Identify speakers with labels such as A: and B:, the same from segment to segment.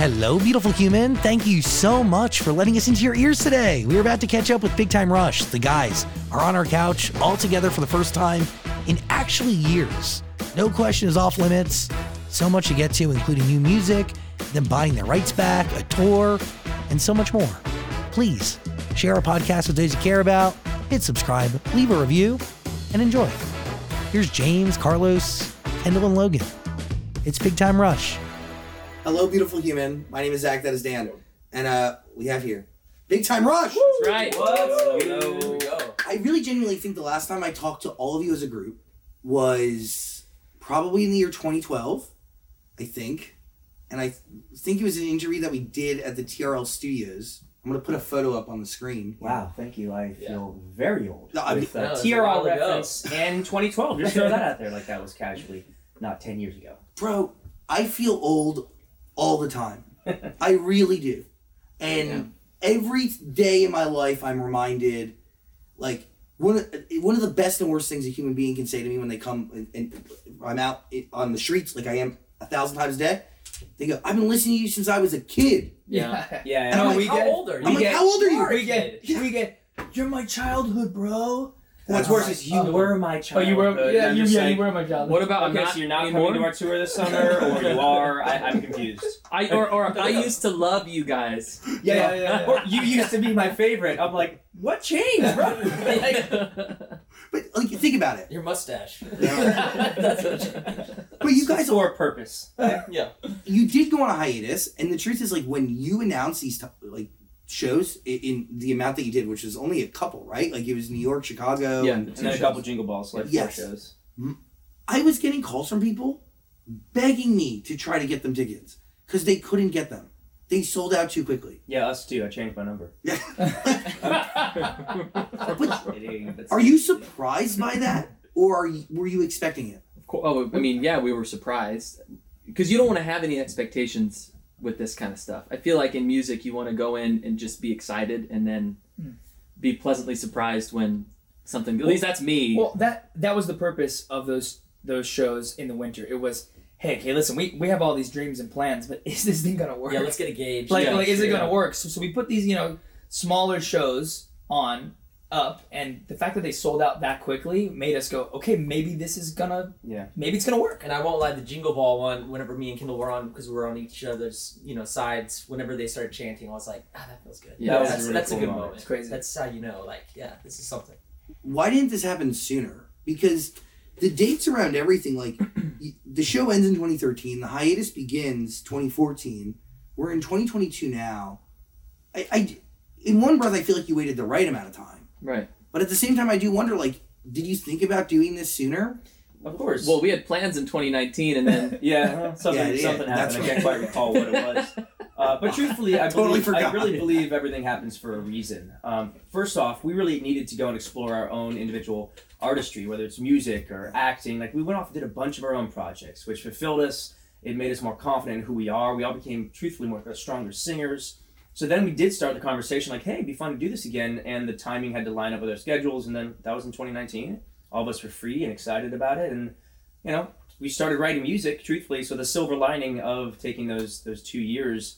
A: Hello, beautiful human. Thank you so much for letting us into your ears today. We are about to catch up with Big Time Rush. The guys are on our couch all together for the first time in actually years. No question is off limits. So much to get to, including new music, them buying their rights back, a tour, and so much more. Please share our podcast with those you care about, hit subscribe, leave a review, and enjoy. Here's James, Carlos, Kendall, and Logan. It's Big Time Rush.
B: Hello, beautiful human. My name is Zach. That is Dan, and uh, we have here Big Time Rush.
C: Right.
D: Here we go.
B: I really genuinely think the last time I talked to all of you as a group was probably in the year 2012, I think, and I th- think it was an interview that we did at the TRL Studios. I'm gonna put a photo up on the screen.
E: Wow, thank you. I
D: Yeah.
E: feel very old.
B: No, I
E: with
F: uh,
D: mean- No,
E: that
D: that's a
C: TRL
D: while ago.
C: reference and 2012. Just throw that out there like that was casually not 10 years ago.
B: bro, I feel old all the time. I really do. And every day in my life, I'm reminded, like one of, one of the best and worst things a human being can say to me when they come and, and I'm out i- on the streets, like I am a thousand times a day. They go, "I've been listening to you since I was a kid."
D: Yeah.
C: Yeah.
B: And
C: yeah.
B: I'm
D: No,
B: like,
D: we
B: how
D: get,
C: old are
D: we
C: you?
B: I'm like,
D: get,
B: "How old are you?"
D: are
B: That's
D: we get,
B: Yeah.
D: we get, you're my childhood, bro.
B: worse.
D: like,
B: Is you
D: oh,
C: You were my
D: Oh,
C: child.
D: you were, yeah, you, yeah, you were my childhood.
C: What about I'm
F: Okay,
C: not
F: so you're not
C: anymore?
F: coming to our tour this summer, or you are? I, I'm confused.
C: I or, or
F: I used to love you guys.
D: Yeah, yeah, yeah.
F: Or
D: yeah.
F: you used to be my favorite. I'm like, what changed, bro? Like,
B: But like, think about it.
D: Your mustache.
F: That's
B: But you guys
F: for a purpose.
D: yeah.
B: you did go on a hiatus, and the truth is, like when you announced these t- like shows i- in the amount that you did, which was only a couple, right? Like it was New York, Chicago.
F: Yeah,
B: and-
F: and then a couple jingle balls, like
B: Yes.
F: four shows.
B: I was getting calls from people begging me to try to get them tickets because they couldn't get them. They sold out too quickly.
F: Yeah, us too. I changed my number.
B: Yeah. but
F: That's-
B: are you surprised by that, or are you, were you expecting it?
D: Of cour- Oh, I mean, yeah, we were surprised because you don't want to have any expectations with this kind of stuff. I feel like in music, you want to go in and just be excited, and then be pleasantly surprised when something. At least that's me.
G: Well, that that was the purpose of those those shows in the winter. It was, hey, okay, listen, we, we have all these dreams and plans, but is this thing gonna work?
D: yeah, let's get a gauge.
G: like,
D: yeah,
G: like is it
D: sure,
G: gonna
D: yeah.
G: work? So, so we put these you know smaller shows on up, and the fact that they sold out that quickly made us go, okay, maybe this is gonna
F: Yeah.
G: maybe it's gonna work.
D: And I won't lie, the Jingle Ball one, whenever me and Kendall were on, because we were on each other's, you know, sides. Whenever they started chanting, I was like, ah, that feels good.
F: Yeah, that was
D: that's,
F: a really
D: that's
F: cool
D: a good
F: moment.
D: moment.
G: It's crazy.
D: That's how you know, like, yeah, this is something.
B: why didn't this happen sooner? Because the dates around everything, like y- the show ends in 2013, the hiatus begins 2014. We're in 2022 now. I, I, in one breath, I feel like you waited the right amount of time,
F: Right.
B: but at the same time, I do wonder, like, did you think about doing this sooner?
F: Of course.
D: Well, we had plans in 2019, and then
F: Yeah, something
B: Uh-huh. Yeah, yeah,
F: something
B: that's
F: happened. I
B: right.
F: can't quite recall what it was. Uh, but truthfully, I
B: Totally
F: believe, I
B: forgot.
F: really believe everything happens for a reason. Um, first off, we really needed to go and explore our own individual artistry, whether it's music or acting. Like we went off and did a bunch of our own projects, which fulfilled us. It made us more confident in who we are. We all became truthfully more uh, stronger singers. So then we did start the conversation like, hey, it'd be fun to do this again. And the timing had to line up with our schedules. And then that was in 2019. All of us were free and excited about it. And, you know, we started writing music truthfully so the silver lining of taking those those two years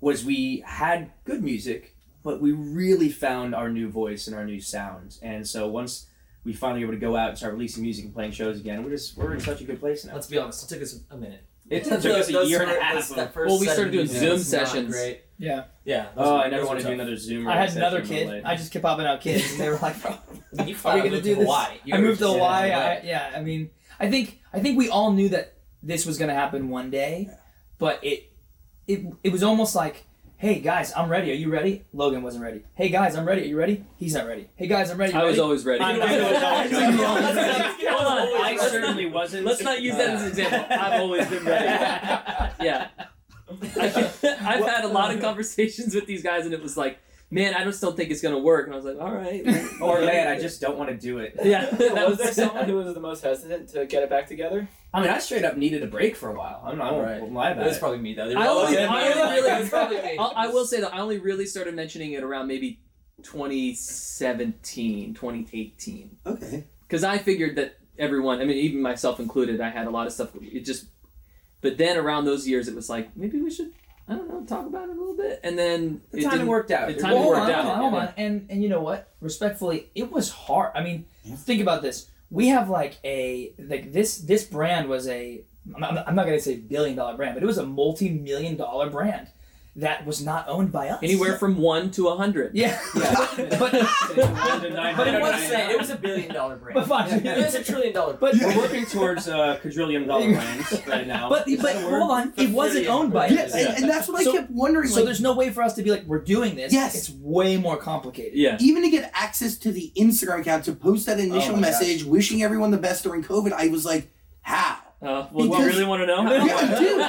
F: was we had good music but we really found our new voice and our new sound and so once we finally were able to go out and start releasing music and playing shows again we're just we're in such a good place now
D: let's be honest, it took us a minute.
F: it took us a
D: Those
F: year and a
D: first-
F: half
D: that
F: of,
D: first
C: Well, we
D: set
C: started
D: of
C: doing
D: music
C: Zoom
D: was not
C: sessions.
D: great.
G: Yeah,
D: Yeah. those
F: oh
D: were-
F: i never
D: those were
F: want to do
D: tough.
F: another zoom
G: I had
F: session
G: another
F: in LA.
G: kid. I just kept popping out kids, and they were like, bro,
D: I mean, you
G: Are we
D: finally
G: gonna
D: moved
G: do
D: to
G: this?
D: Hawaii. You
G: I
D: were
G: moved to
D: just-
G: Hawaii.
D: yeah,
G: I, yeah, I mean, I think I think we all knew that this was gonna happen one day, but it it it was almost like, hey guys, I'm ready. Are you ready? Logan wasn't ready. Hey guys, I'm ready. Are you ready? He's not ready. Hey guys, I'm ready. You
C: I was
G: ready?"
C: always ready.
G: I'm
F: I was always ready.
D: Hold on, let's not-
F: Hold on, i
D: let's not-
F: certainly wasn't
D: Let's not use that as an example. I've always been ready.
F: yeah
D: I've had a lot of conversations with these guys, and it was like, man, I just don't think it's gonna work. And I was like, all right.
F: Or man, I just don't want to do it.
D: yeah. That
H: was there someone who was the most hesitant to get it back together?
F: I mean, I straight up needed a break for a while. I'm not. I won't,
H: Right.
F: won't lie
H: It
F: about
H: was
F: it.
H: probably me though. They were
D: I
H: all
D: only,
H: in,
D: I
H: man.
D: only
H: It was probably
D: really,
H: me.
D: I'll- I will say though, I only really started mentioning it around maybe 2017, 2018.
B: Okay.
D: Because I figured that everyone, I mean, even myself included, I had a lot of stuff. It just, but then around those years, it was like, maybe we should, I don't know, talk about it a little bit. And then
F: The
D: it
F: timing
D: didn't-
F: worked out.
D: The
F: It
D: timing
F: worked
D: worked
G: hold on,
D: out.
G: Hold on, hold on. And and you know what? Respectfully, it was hard. I mean, think about this. We have like a like this this brand was a I'm not, I'm not gonna say billion dollar brand, but it was a multi million dollar brand that was not owned by us.
D: Anywhere from one to a hundred.
G: Yeah.
H: Yeah.
G: but
H: But it was,
G: Yeah.
H: it was a billion dollar brand.
G: but fine.
H: It was a trillion dollar brand.
G: But
F: We're working towards uh, quadrillion dollar brands right now.
G: but
F: Is
G: but
F: that a word?
G: hold on, it wasn't owned by
B: Yeah,
G: us.
B: and, and that's what I
G: So-
B: kept wondering.
G: So
B: like,
G: there's no way for us to be like we're doing this.
B: Yes.
G: It's way more complicated.
D: Yeah.
B: even to get access to the Instagram account to post that initial
F: my gosh.
B: message wishing everyone the best during COVID, I was like, how?
D: Uh, well, do you
B: Because-
D: really want to
B: Yeah,
D: know?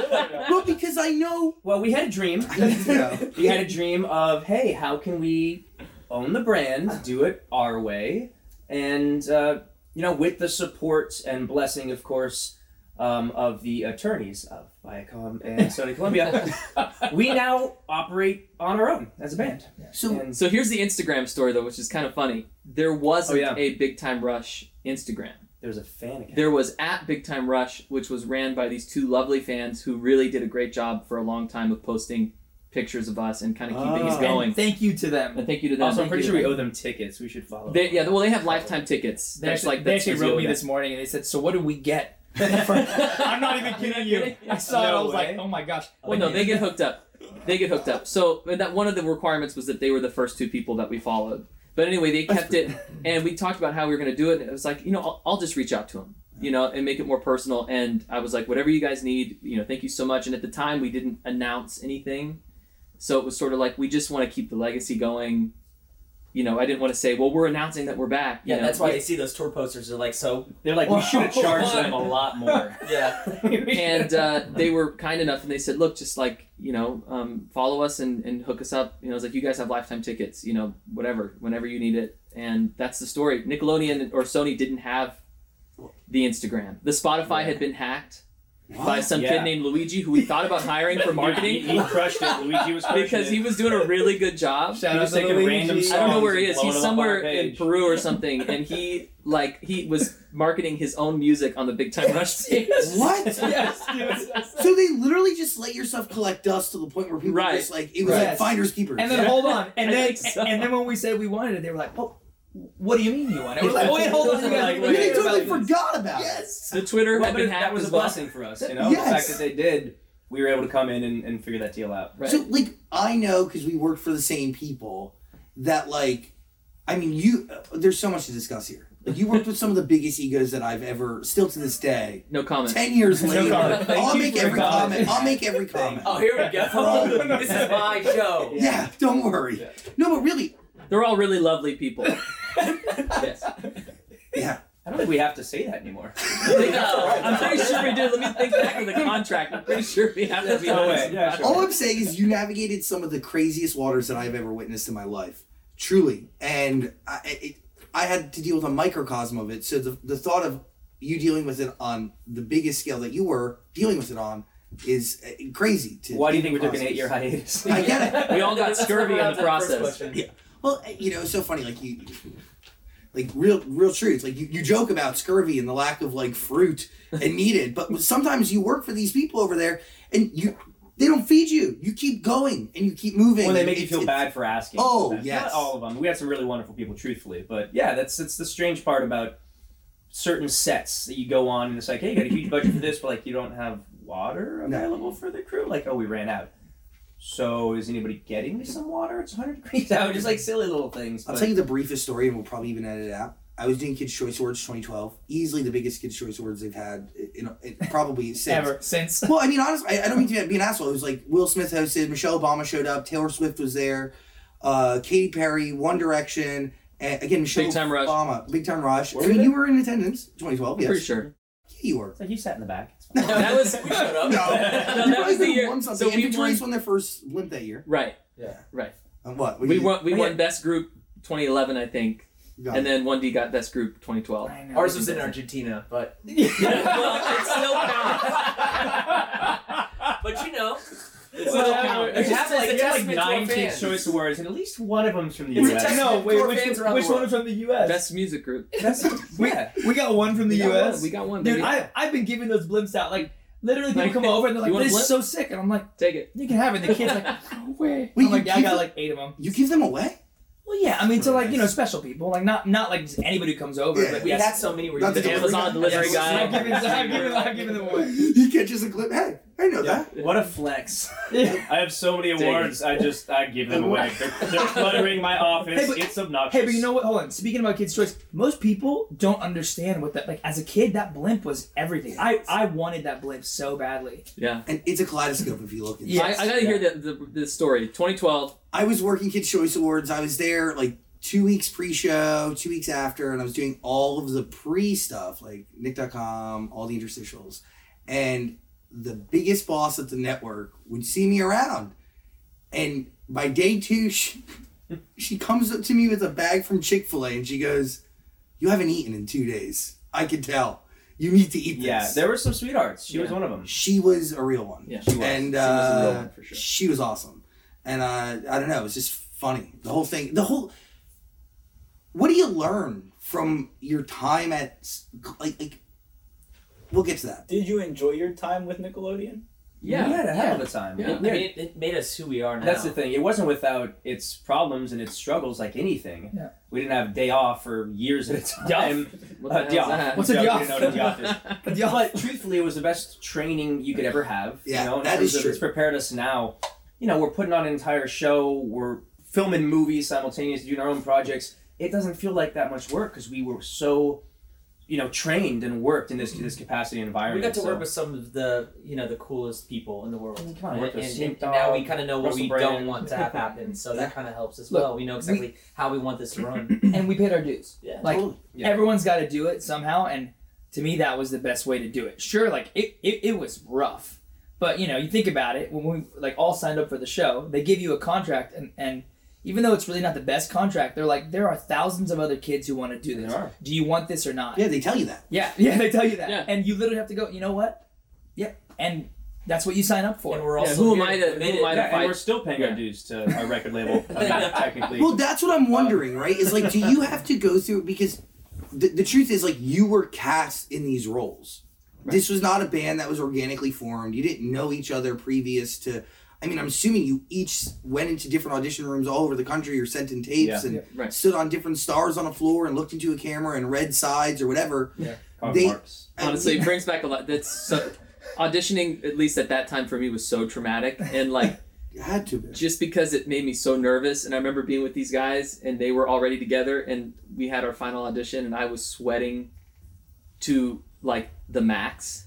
B: I do. Well, because I know.
F: Well, we had a dream.
B: Yeah.
F: we had a dream of, hey, how can we own the brand, do it our way, and uh, you know, with the support and blessing, of course, um, of the attorneys of Viacom and Sony Columbia, we now operate on our own as a band.
B: So
F: And
D: So here's the Instagram story though, which is kind of funny. There wasn't
F: Oh, yeah.
D: a Big Time Rush Instagram.
F: there's a fan account.
D: There was at Big Time Rush, which was ran by these two lovely fans who really did a great job for a long time of posting pictures of us and kind of keeping it
F: Oh.
G: And
D: going.
G: thank you to them.
D: And thank you to them.
F: Also,
D: Um,
F: I'm
D: Thank
F: pretty
D: you.
F: sure we owe them tickets. We should follow.
D: They,
F: up.
D: yeah, well, they have lifetime tickets.
G: They
D: That's
G: actually,
D: like
G: they
D: that's
G: actually
D: the
G: wrote me
D: deal.
G: this morning and they said, "So what did we get?" I'm not even kidding you. I saw it. I
F: No
G: was
F: way.
G: like, "Oh my gosh!"
D: Well, no, they get hooked up. They get hooked up. So and that one of the requirements was that they were the first two people that we followed. But anyway, they kept it, and we talked about how we were going to do it. And it was like, you know, I'll, I'll just reach out to them, you know, and make it more personal. And I was like, whatever you guys need, you know, thank you so much. And at the time, we didn't announce anything, so it was sort of like we just want to keep the legacy going. You know, I didn't want to say, well, we're announcing that we're back. you
H: Yeah,
D: know.
H: that's why you see those tour posters. They're like, so
F: They're like, we should have charged them a lot more.
H: yeah,
D: and uh, they were kind enough and they said look just like you know um, follow us and, and hook us up you know it's like you guys have lifetime tickets you know whatever whenever you need it and that's the story nickelodeon or sony didn't have the instagram the spotify had been hacked by some
F: Yeah. E
D: kid named luigi who we thought about hiring for
F: He, he
D: marketing
F: crushed it. Luigi was crushing
D: because he
F: it.
D: was doing a really good job
G: Shout
F: He
G: out
F: was
G: to
F: taking
G: Luigi.
F: random
D: I don't know where he is. He's
F: songs and blowing them up on
D: somewhere
F: our
D: in
F: page.
D: Peru or something, and he like he was marketing his own music on the Big Time Rush stage.
B: what?
G: yes, yes, yes.
B: So they literally just let yourself collect dust to the point where people
D: Right.
B: just like it was
G: Right.
B: like finders keepers.
G: And then hold on, and
D: I
G: then
D: think so.
G: and then when we said we wanted it, they were like, "Oh, what do you mean you want it?" We're like, "Oh wait, hold on, you guys,
F: Like,
G: we
B: you
F: wait,
G: didn't
B: they totally
F: wait,
G: talk about this."
B: forgot about
G: Yes.
D: The Twitter
F: Well,
D: had
F: but
D: been
F: it-
D: hacked
F: that was
D: as
F: a
D: well.
F: blessing for us, you know. The
B: Yes.
F: fact that they did, we were able to come in and, and figure that deal out.
B: it. So like I know because we work for the same people that like I mean you uh, there's so much to discuss here. Like you worked with some of the biggest egos that I've ever still to this day.
D: No comment.
B: Ten years
G: No
B: later,
G: comment. Thank
B: I'll
G: you
B: make
G: for
B: every
G: acknowledging
B: comment. I'll make every comment.
H: Oh, here we go. this is my show.
B: yeah. don't worry. No, but really,
D: They're all really lovely people.
H: Yes.
B: yeah.
F: I don't think we have to say that anymore.
D: I'm pretty sure we did. Let me think back to the contract. I'm pretty sure we have to be
F: No
D: honest.
F: way. Yeah, sure.
B: All I'm saying is you navigated some of the craziest waters that I've ever witnessed in my life, truly. And I, it, I had to deal with a microcosm of it. So the, the thought of you dealing with it on the biggest scale that you were dealing with it on is uh, crazy. To
F: Why do you think we took an
B: process.
F: eight-year hiatus?
B: I get it.
D: We all got scurvy in the process.
H: question.
B: Yeah. Well, eh, you know, it's so funny. Like you, like real, real truth. Like you, you joke about scurvy and the lack of like fruit and needed, but sometimes you work for these people over there, and you, they don't feed you. You keep going and you keep moving.
F: Well, they
B: and
F: make you
B: it's-
F: feel
B: it's-
F: bad for asking.
B: Oh,
F: sometimes.
B: yes.
F: Not all of them. We had some really wonderful people, truthfully, but yeah, that's that's the strange part about certain sets that you go on and it's like, hey, you got a huge budget for this, but like you don't have water
B: No.
F: available for the crew. Like, oh, we ran out. So is anybody getting me some water? It's 100 degrees out. Just like silly little things.
B: I'll
F: but-
B: tell you the briefest story, and we'll probably even edit it out. I was doing Kids Choice Awards 2012, easily the biggest Kids Choice Awards they've had in, in probably since.
G: Ever since.
B: Well, I mean, honestly, I, I don't mean to be an asshole. It was like Will Smith hosted, Michelle Obama showed up, Taylor Swift was there, uh, Katy Perry, One Direction, and again Michelle
D: Big Time Rush.
B: Obama, Big Time Rush. I
F: Were we
B: mean,
F: there?
B: you were in attendance, 2012. Yes.
D: Pretty sure.
B: Yeah, you were.
F: It's like you sat in the back. It's fine.
D: That was we showed up.
B: You
D: that was
B: guys
D: the
B: would've
D: year.
B: Won
D: So
B: something.
D: we
B: Inventory
D: won.
B: won their first limp that year.
D: Right,
H: Yeah.
D: right.
B: And what?
D: We won. We
G: Oh,
D: won
G: yeah.
D: best group 2011, I think, and then 1D got best group 2012.
G: I know.
H: Ours was in Argentina, but well, it still counts. but you know, it still
F: Whatever.
H: counts.
F: It's just
H: It's just
F: like,
H: a
F: it's like
H: testament to our
F: nine Kids'
H: fans.
F: Choice Awards, and at least one of them's from the
H: It's a
F: U.S.
H: testament
G: No, wait,
H: to our
G: which,
H: fans around
G: which
H: the
G: one
H: world.
G: is from the U.S.?
D: Best music group.
G: That's, we, we got one from the
D: we Got
G: U.S.
D: one. We got one.
G: Dude,
D: baby.
G: I, I've been giving those blimps out. Like, literally, people
D: Like,
G: come over and they're
D: you
G: like,
D: want a
G: this is
D: blimp?
G: so sick. And I'm like,
D: Take it.
G: you can have it. The kid's like, no way.
B: Wait,
G: I'm like,
B: you
G: yeah, I
B: give
G: got
B: it-
G: like eight of them.
B: You give them away?
G: Well, yeah, I mean, to
F: Really
G: like, you know,
F: nice.
G: special people. Like, not not like just anybody who comes over.
B: Yeah.
G: but
H: We
G: yes.
H: had so many where
B: Not the
H: you the
B: delivery
H: Amazon
B: guy?
H: delivery
G: Yes,
H: guy.
G: I've given, I've given, I've given them away.
B: he catches a clip. Hey, I know that.
F: What a flex!
G: Yeah.
F: I have so many
D: Dig it.
F: awards. I just I give them away. They're, they're cluttering my office.
G: Hey, but-
F: it's obnoxious.
G: Hey, but you know what? Hold on. Speaking about kids' choice, most people don't understand what that like. As a kid, that blimp was everything. I I wanted that blimp so badly.
D: Yeah.
B: And it's a kaleidoscope if you look. Inside.
G: Yeah.
D: I, I gotta hear the, the, the story. 2012.
B: I was working Kids Choice Awards. I was there like two weeks pre-show, two weeks after, and I was doing all of the pre stuff like Nick.com, all the interstitials, and the biggest boss at the network would see me around, and by day two, she, she comes up to me with a bag from Chick Fil A, and she goes, "You haven't eaten in two days. I can tell. You need to eat this."
F: yeah, there were some sweethearts. She was
D: Yeah.
F: one of them.
B: she was a real one.
D: Yeah,
F: she was.
B: And
F: She
B: uh,
F: was a real one for sure.
B: She was awesome. And uh, I don't know, it was just funny. The whole thing, the whole. What do you learn from your time at s- like like? We'll get to that.
I: Did you enjoy your time with Nickelodeon?
D: Yeah.
F: we had a hell of
D: yeah.
F: a time.
D: Yeah.
H: I mean, it, it made us who we are now.
F: That's the thing. It wasn't without its problems and its struggles, like anything.
G: Yeah.
F: We didn't have day off for years at a time.
D: What the hell's
F: Uh, Diop.
D: that?
G: What's a
F: Joe, you
G: Diop?
F: know what a Diop is.
G: But the other-
F: But truthfully, it was the best training you could ever have.
B: Yeah,
F: you know, in
B: that
F: terms
B: is
F: of
B: true.
F: It's prepared us now. You know, we're putting on an entire show. We're filming movies simultaneously, doing our own projects. It doesn't feel like that much work because we were so, you know, trained and worked in this this capacity
H: We
F: environment.
H: got to
F: so-
H: work with some of the you know the coolest people in the world.
F: Mm, come on,
H: and,
F: work with
H: and-
F: Snoop
H: and now we
F: Dogg,
H: kind of know what
F: Russell
H: we
F: Brand.
H: don't want to have happen, so that kind of helps as
G: Look,
H: well. We know exactly how we want this to run.
G: and we paid our dues.
H: Yeah,
G: like
B: totally.
F: Yeah.
G: everyone's got to do it somehow, and to me that was the best way to do it. Sure, like it, it, it was rough, but you know you think about it when we like all signed up for the show, they give you a contract, and and even though it's really not the best contract, they're like there are thousands of other kids who want to do
F: There
G: this.
F: are.
G: Do you want this or not?
B: Yeah, they tell you that.
G: yeah, yeah, They tell you that,
D: Yeah.
G: and you literally have to go. You know what? Yep, and that's what you sign up for.
H: and we're
D: Yeah,
H: also
D: who am
H: here
D: I to-
H: admit
D: who
H: it.
D: am I to
F: Yeah, and
D: fight?
F: we're still paying
D: Yeah.
F: our dues to our record label. I mean, technically,
B: Well, that's what I'm wondering, right? Is like, do you have to go through because the, the truth is like you were cast in these roles. This was not a band that was organically formed. You didn't know each other previous to. I mean, I'm assuming you each went into different audition rooms all over the country or sent in tapes
F: Yeah.
B: and
D: Right.
B: stood on different stars on a floor and looked into a camera and read sides or whatever.
F: Carl
B: they-
F: Marx.
D: Honestly, it brings back a lot. That's so, auditioning, at least at that time for me, was so traumatic. And like,
B: It had to be.
D: just because it made me so nervous. And I remember being with these guys and they were already together and we had our final audition and I was sweating to like the max,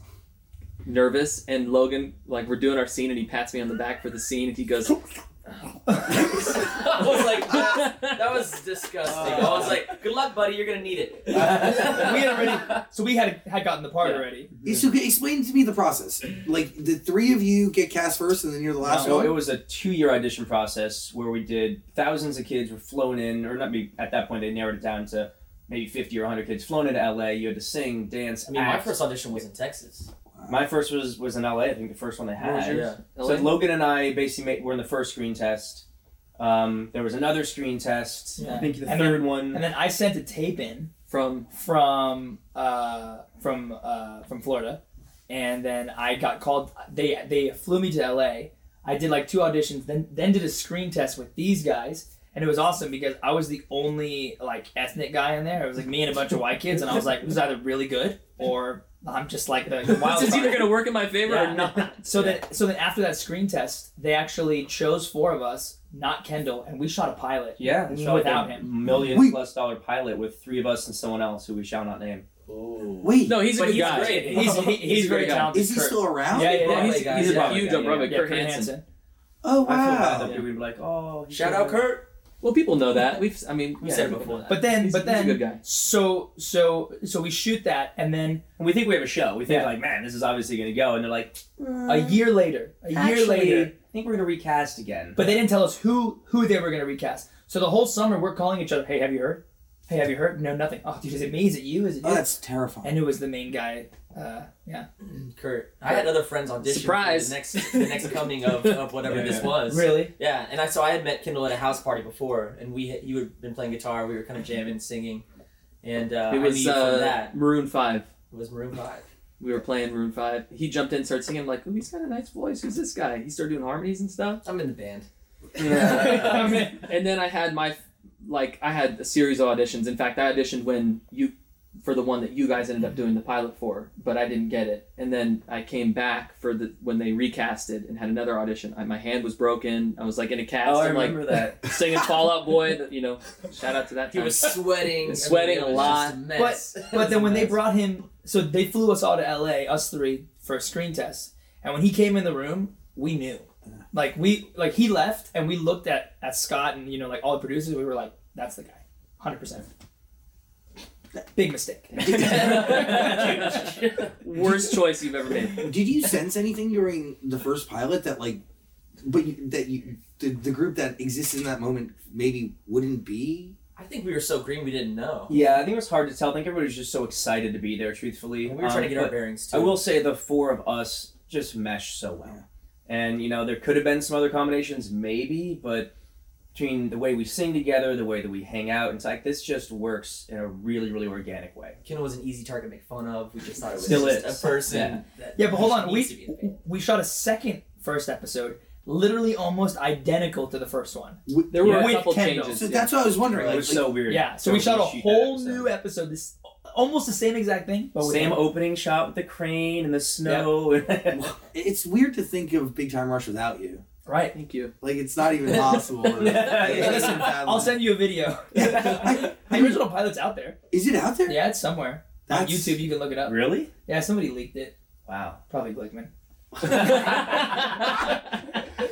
D: nervous. And Logan, like, we're doing our scene and he pats me on the back for the scene and he goes,
H: I was like, that was disgusting. I was like, good luck, buddy. You're gonna need it.
B: We
G: we had already, so we had had gotten the part
D: Yeah.
G: already.
B: It's okay. Explain to me the process. Like the three of you get cast first, and then you're the last
F: So
B: one.
F: Uh, it was a two-year audition process where we did thousands of kids were flown in, or not maybe at that point they narrowed it down to maybe fifty or hundred kids flown into LA. You had to sing, dance,
H: I mean, my
F: act.
H: first audition was in Texas.
F: My first was was in LA. I think the first one they
D: What was
F: had.
D: yours?
F: So
D: LA?
F: Logan and I basically made, were in the first screen test. Um, there was another screen test. I
G: Yeah.
F: think the
G: And then-
F: third one.
G: And then I sent a tape in.
D: From,
G: from uh, from uh, from Florida, and then I got called. They they flew me to L.A. I did like two auditions, then then did a screen test with these guys, and it was awesome because I was the only like ethnic guy in there. It was like me and a bunch of white kids, and I was like, it was either really good or I'm just like the, the wild
D: this is
G: card.
D: either going to work in my favor
G: Yeah.
D: or not.
G: So then, so then after that screen test, they actually chose four of us, not Kendall, and we shot a pilot.
F: yeah,
G: we
F: they shot
G: without
F: a
G: him.
F: million
B: Wait.
F: plus dollar pilot with three of us and someone else who we shall not name.
B: Wait,
D: No, he's a
H: But
D: good
H: he's
D: guy.
H: great.
G: He's he, he's,
D: He's a
G: very
D: great guy.
G: talented.
B: is he
G: Kurt.
B: still around?
G: Yeah, yeah,
D: Yeah, he's,
H: guy,
D: he's
H: yeah.
D: a huge
F: Yeah,
D: on Broadway.
G: yeah,
D: Kurt
G: Kurt
D: Hansen.
G: Hansen.
B: Oh
F: I feel bad
B: wow.
F: that people would be like, oh, he's
H: Shout
F: over
H: out,
F: there.
H: Kurt.
D: Well, people know that. We've, I mean, we
G: Yeah,
D: said it
G: people
D: before.
G: know.
D: that.
G: But then,
D: He's-
G: but
D: he's
G: then,
D: a good guy.
G: so so so we shoot that, and then
F: And we think we have a show. We think
G: Yeah.
F: like, man, this is obviously going to go, and they're like,
G: a year later, a year
F: Actually,
G: later,
F: I think we're going to recast again.
G: but they didn't tell us who who they were gonna recast. So the whole summer we're calling each other, hey, have you heard? Hey, have you heard? No, nothing. Oh, dude, is it me? Is it you? Is it
B: Oh,
G: you?
B: that's terrifying.
G: and who was the main guy? Uh, yeah,
H: Kurt. I had other friends audition
D: Surprise.
H: for the next the next coming of, of whatever this was.
G: really.
H: Yeah, and I so I had met Kendall at a house party before, and we had- you had been playing guitar, we were kind of jamming, singing, and uh,
D: it
H: I knew
D: was
H: you from
D: uh,
H: that.
D: Maroon Five.
H: It was Maroon Five.
D: We were playing Maroon Five. He jumped in, started singing. I'm like, ooh, he's got a nice voice. Who's this guy? He started doing harmonies and stuff.
H: I'm in the band.
G: I
D: Yeah.
G: mean,
D: and then I had my like I had a series of auditions. In fact, I auditioned when you for the one that you guys ended up doing the pilot for, but I didn't get it. And then I came back for the when they recasted and had another audition. I, my hand was broken. I was like in a cast.
F: oh, I
D: and, like,
F: remember that.
D: singing Fallout Boy. that- You know, shout out to that.
H: He
D: time.
H: was sweating,
D: He's sweating
H: I
D: a
H: mean, it was just mess. It was
G: But then
H: a
G: when they
H: mess.
G: brought him, so they flew us all to LA, us three, for a screen test. And when he came in the room, we knew. Like we, like he left, and we looked at at Scott and you know like all the producers. We were like, "That's the guy, hundred percent." Big mistake.
D: worst choice you've ever made.
B: Did you sense anything during the first pilot that like, but you, that you the, the group that exists in that moment maybe wouldn't be?
H: I think we were so green we didn't know.
F: Yeah, I think it was hard to tell. I think everybody was just so excited to be there. Truthfully,
H: We were trying to get
F: Um,
H: our bearings too.
F: I will say the four of us just meshed so well. And you know, there could have been some other combinations, maybe, but between the way we sing together, the way that we hang out, it's like this just works in a really, really organic way.
H: Kendall was an easy target to make fun of. We just thought it was
F: Still
H: just
F: is.
H: a person. that
G: Yeah, but hold on.
H: needs to be in the band.
G: We we shot a second first episode, literally almost identical to the first one.
D: There were
G: With
D: a couple
G: Kendall.
D: changes.
B: So
D: yeah.
B: that's what I was wondering.
F: It
B: Like,
F: was
B: like,
F: so weird.
G: Yeah, so we shot a
F: shoot that
G: whole
F: episode.
G: new episode. This almost the same exact thing, but with
F: Same
G: him.
F: opening shot with the crane and the snow. and
B: it's weird to think of Big Time Rush without you.
G: right.
D: Thank you.
B: Like it's not even possible. or-
F: Yeah,
B: listen, Fadlin.
G: I'll send you a video.
B: I-
G: the original pilot's out there.
B: Is it out there?
G: Yeah, it's somewhere on
B: That's-
G: YouTube. You can look it up.
F: Really?
G: Yeah, somebody leaked it.
F: Wow.
G: Probably Glickman.
F: Mm-hmm.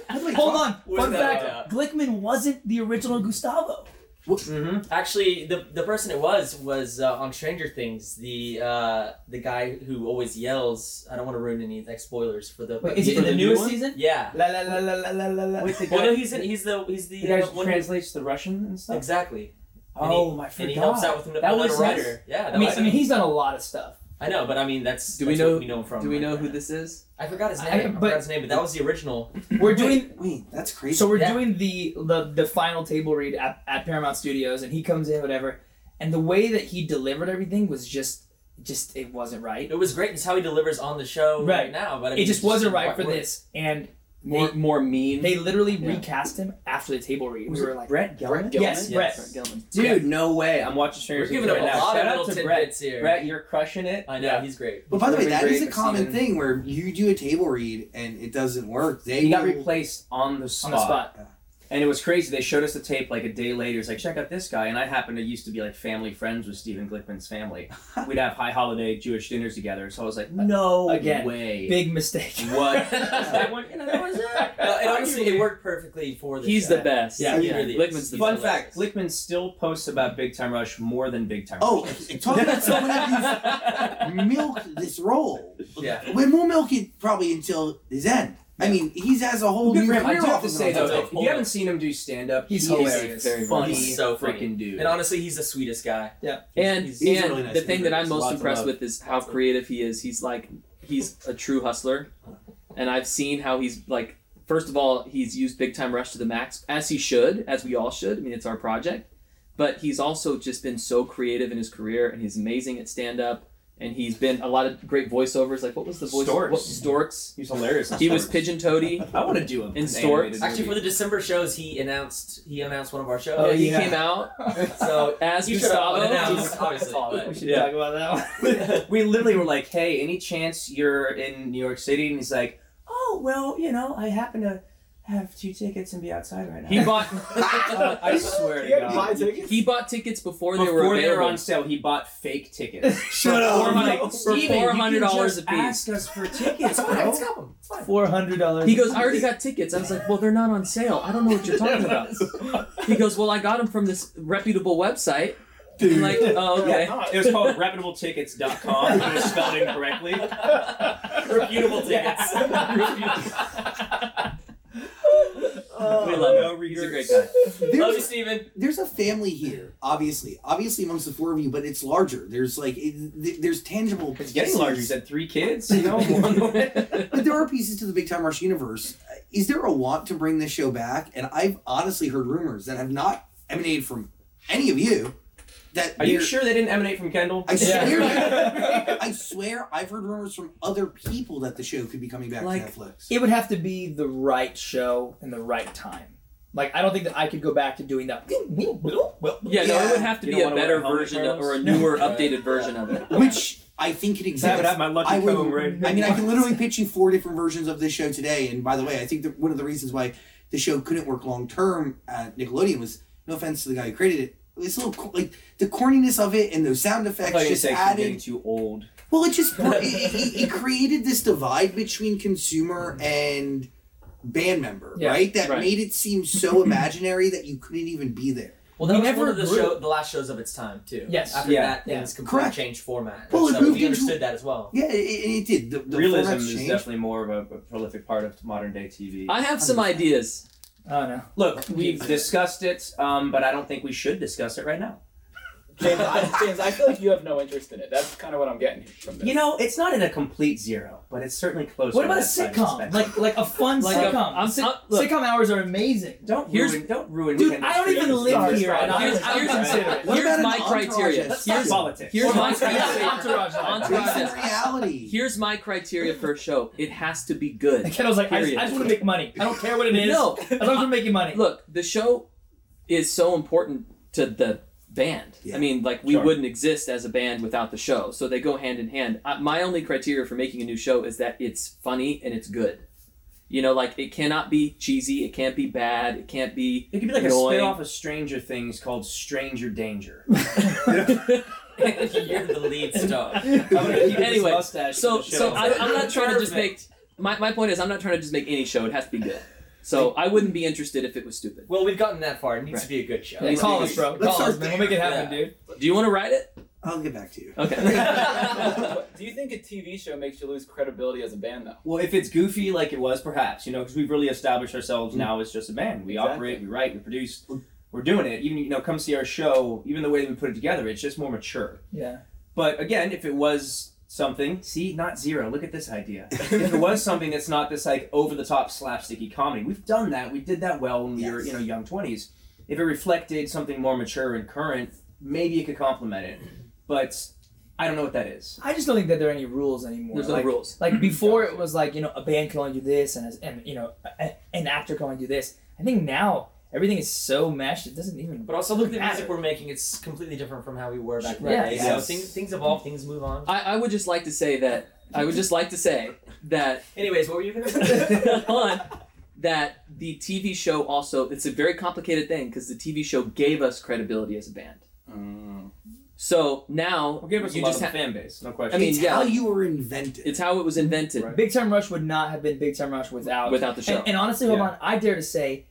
B: How do I
G: Hold
B: talk-
G: on. Fun
H: Without
G: fact:
H: doubt.
G: Glickman wasn't the original Gustavo.
F: Mm-hmm.
H: Actually, the the person it was was uh, on Stranger Things. The uh, the guy who always yells. I don't want to ruin any like spoilers for the.
G: Wait, is it
H: for
G: in the newest
H: one?
G: season?
H: Yeah.
G: La la la la la la la la.
F: Wait, the
H: Well,
F: guy,
H: no, he's in, he's the he's the,
F: the guy
H: uh,
F: who
H: one who-
F: translates the Russian and stuff.
H: exactly. And he-
F: Oh, my
H: And he helps out with another
F: That was
H: writer.
F: us.
H: Yeah, that
G: I mean,
H: was
G: I mean,
H: him.
G: he's done a lot of stuff.
H: I know, but I mean, that's
D: Do we
H: that's what
D: know-
H: we know him from?
D: Do we
H: like
D: know who
H: that.
D: this is?
H: I forgot his
G: I-
H: name. I,
G: but-
H: forgot his name, but that was the original.
G: We're doing
B: Wait, that's crazy.
G: so we're
H: Yeah.
G: doing the, the the final table read at, at Paramount Studios, and he comes in, whatever. And the way that he delivered everything was just just it wasn't right.
H: It was great. It's how he delivers on the show right,
G: Right.
H: now, but I mean,
G: It just wasn't
H: didn't
G: right
H: quite
G: for
H: work.
G: this, and
D: More, more mean.
G: They literally
D: Yeah.
G: recast him after the table read.
F: Was
G: we
F: it
G: were like,
F: Brett Gelman?
G: Brett Yes,
H: Yes.
G: Brett.
D: Brett Gelman.
F: Dude, no way. I'm watching Stranger
H: We're
F: Things
H: giving up
F: right
H: a
F: now.
H: lot
F: Shout
H: of
F: out
H: little
F: to Brett.
H: tidbits here.
F: Brett, you're crushing it.
H: I know
F: Yeah.
H: he's great.
B: but by the way,
F: Really
B: that is
F: great
B: a
F: for
B: common
F: Steven.
B: thing where you do a table read and it doesn't work. They
F: He got
B: will-
F: replaced on the
G: on
F: spot.
G: the spot.
F: And it was crazy. They showed us the tape like a day later. It's like, check out this guy. And I happened to used to be like family friends with Steven Glickman's family. We'd have high holiday Jewish dinners together. So I was like, no
G: Again,
F: way.
G: Big mistake.
F: What?
H: that one, you know, that was uh, uh, and honestly, it worked perfectly for the
D: He's
H: show.
D: the best.
H: Yeah, he really is.
D: Glickman's the
F: Fun
D: best.
F: fact Glickman still posts about Big Time Rush more than Big Time
B: Oh,
F: Rush.
B: talk about someone who's milked this role.
H: Yeah.
B: We will milk it probably until his end. I mean, he's has a whole
F: Good
B: new
F: for him. I
B: career
F: do have
B: off
F: to
B: his
F: say
B: own.
F: though,
H: That's a
F: if you
H: pull.
F: haven't seen him do stand up,
G: He's
F: he is
G: hilarious.
F: a
D: Very
F: funny,
H: He's so funny.
F: freaking dude.
H: And honestly, he's the sweetest guy.
G: Yeah.
D: And
H: He's-
B: he's
D: and
B: really nice
D: the thing that I'm
F: Lots
D: most
F: of
D: impressed
F: love.
D: with is how creative he is. He's like he's a true hustler, and I've seen how he's like. First of all, he's used Big Time Rush to the max, as he should, as we all should. I mean, it's our project, but he's also just been so creative in his career, and he's amazing at stand up, and he's been a lot of great voiceovers. Like what was the voice?
F: Storks.
D: What, Storks.
F: He's hilarious. in
D: He was
F: Storks.
D: Pigeon Toady.
F: I want to do him
D: In Storks.
H: Actually, for the December shows, he announced he announced one of our shows.
G: Oh,
D: he
G: yeah.
D: came out
H: So
D: as
H: he showed Oh, up
D: Gustavo.
H: Oh, unannounced,
D: He's-
H: obviously.
G: We
H: But
G: should
F: Yeah.
G: talk about that one.
F: we literally were like, "Hey, any chance you're in New York City?" And he's like, "Oh, well, you know, I happen to have two tickets and be outside right now.
D: He bought.
F: Uh, I swear to God.
D: He bought tickets before they
F: Before
D: were
F: they were
D: available.
F: on sale, he bought fake tickets.
D: Shut up.
F: Like,
D: No.
F: Steven,
D: For $400
F: you
D: a
F: can
D: piece.
F: just Ask us for tickets,
D: It's fine,
F: bro.
D: it's
F: Four hundred dollars.
D: He goes, I already got tickets. I was like, well, they're not on sale. I don't know what you're talking about. He goes, well, I got them from this reputable website. I'm like, oh, okay.
F: It was called reputabletickets.com. It was spelled incorrectly. Reputable tickets.
D: we love
F: No
D: him. He's a great guy.
B: Love you, Steven. There's a family here, obviously. Obviously, amongst the four of you, but it's larger. There's like, it, th- there's tangible.
F: It's getting larger. You said three kids. You know, more on the way.
B: but there are pieces to the Big Time Rush universe. Uh, Is there a want to bring this show back? And I've honestly heard rumors that have not emanated from any of you. That
F: Are you
B: there-
F: sure they didn't emanate from Kendall?
B: I swear, I swear, I've heard rumors from other people that the show could be coming back
G: Like-
B: to Netflix.
G: It would have to be the right show and the right time. Like I don't think that I could go back to doing that.
D: Yeah, no, it would have to
G: You
D: be
G: don't
D: a
G: wanna
D: better
G: wear helmet
D: version of, or a
G: cameras?
D: newer,
G: Yeah.
D: updated version of it.
B: Which I think it exists.
F: That would have my lucky
B: I, would-
F: comb right
B: I mean, I can literally pitch you four different versions of this show today. And by the way, I think that one of the reasons why the show couldn't work long term at Nickelodeon was no offense to the guy who created it. It's a little co- like the corniness of it and those sound
F: I
B: effects
F: thought you
B: just
F: said you're getting
B: added.
F: too old.
B: Well, it just it, it, it created this divide between consumer and band member,
G: Yeah,
B: right? That
G: right.
B: made it seem so imaginary that you couldn't even be there.
H: Well, that
G: We
H: was
G: never
H: one of the
G: grew.
H: show, the last shows of its time too.
G: Yes.
H: After
F: Yeah.
H: that,
G: Yeah.
H: things completely
B: Correct.
H: changed format.
B: Well, it
H: so
B: moved
H: we
B: into-
H: understood that as well.
B: Yeah, it, it it did. The, the
F: Realism
B: formats
F: is
B: changed.
F: definitely more of a, a prolific part of modern day TV.
D: I have some ideas.
G: Oh no.
F: Look, we've discussed it, um, but I don't think we should discuss it right now.
I: James, I, James, I feel like you have no interest in it. That's kind of what I'm getting from this.
F: You know, it's not in a complete zero, but it's certainly close.
G: What
F: on
G: about a
F: that side of the
G: sitcom?
F: spectrum.
G: Like like a fun
D: Like a-
G: sitcom.
D: I'm-
G: Sit-
D: I'm- look.
G: sitcom hours are amazing.
F: don't
D: Here's-
F: ruin, don't ruin.
G: Dude,
F: Kendall's
G: I don't even
F: creative
G: live
F: powers.
G: here, and I-
D: Here's, here's,
G: Consider it.
B: What
D: here's
B: about
D: my
B: an entourage?
D: criteria.
B: Let's
D: Here's,
F: politics.
D: here's my criteria.
G: Entourage.
D: Entourage.
B: Based in reality.
D: Here's my criteria for a show. It has to be good.
G: And Kendall's like, I just, I just want to make money. I don't care what it is.
D: No.
G: as long as we're making money.
D: Look, the show is so important to the band.
B: Yeah.
D: I mean, like we
F: Sure.
D: wouldn't exist as a band without the show, so they go hand in hand. Uh, my only criteria for making a new show is that it's funny and it's good. You know, like it cannot be cheesy, it can't be bad, it can't be.
F: It could be like
D: Annoying.
F: a spin-off of Stranger Things called Stranger Danger.
H: You're the lead star.
D: Anyway,
F: mustache for
D: So,
F: the show.
D: so I, I'm not trying to just
F: Perfect.
D: make. My, my point is, I'm not trying to just make any show. It has to be good. So I wouldn't be interested if it was stupid.
H: Well, we've gotten that far. It needs to be a good show.
G: Yeah, call us, bro. Call
B: start
G: us, man. We'll make it happen,
H: there.
G: dude.
D: Do you want to write it?
B: I'll get back to you.
D: Okay.
I: Do you think a TV show makes you lose credibility as a band, though?
F: Well, if it's goofy like it was, perhaps you know, because we've really established ourselves
D: Hmm.
F: now as just a band. We
I: Exactly.
F: operate, we write, we produce. We're doing it. Even you know, come see our show. Even the way that we put it together, it's just more mature.
G: Yeah.
F: But again, if it was something, see, not zero. Look at this idea. if it was something that's not this like over the top slapsticky comedy, we've done that. We did that well when we were
B: Yes.
F: you know young twenties. If it reflected something more mature and current, maybe it could complement it. But I don't know what that is.
G: I just don't think that there are any rules anymore.
D: There's
G: like,
D: no rules.
G: Like before, it was like you know a band can only do this, and and you know a, an actor can only do this. I think now everything is so meshed; it doesn't even.
H: But also, look at the
G: matter.
H: music we're making. It's completely different from how we were back
G: Yeah,
H: then. So
F: yes.
H: things, things evolve, things move on.
D: I, I would just like to say that I would just like to say that
H: Anyways, what were you going to say?
D: hold on that the TV show also it's a very complicated thing because the TV show gave us credibility as a band. So now
F: Well, give us
D: you
F: a lot
D: just
F: of
D: ha-
F: fan base, no question.
D: I mean,
B: it's
D: yeah,
B: how
D: like-
B: you were invented.
D: it's how it was invented
F: Right.
G: Big Time Rush would not have been Big Time Rush without
D: without the show.
G: And, and honestly, hold
F: Yeah.
G: on, I dare to say,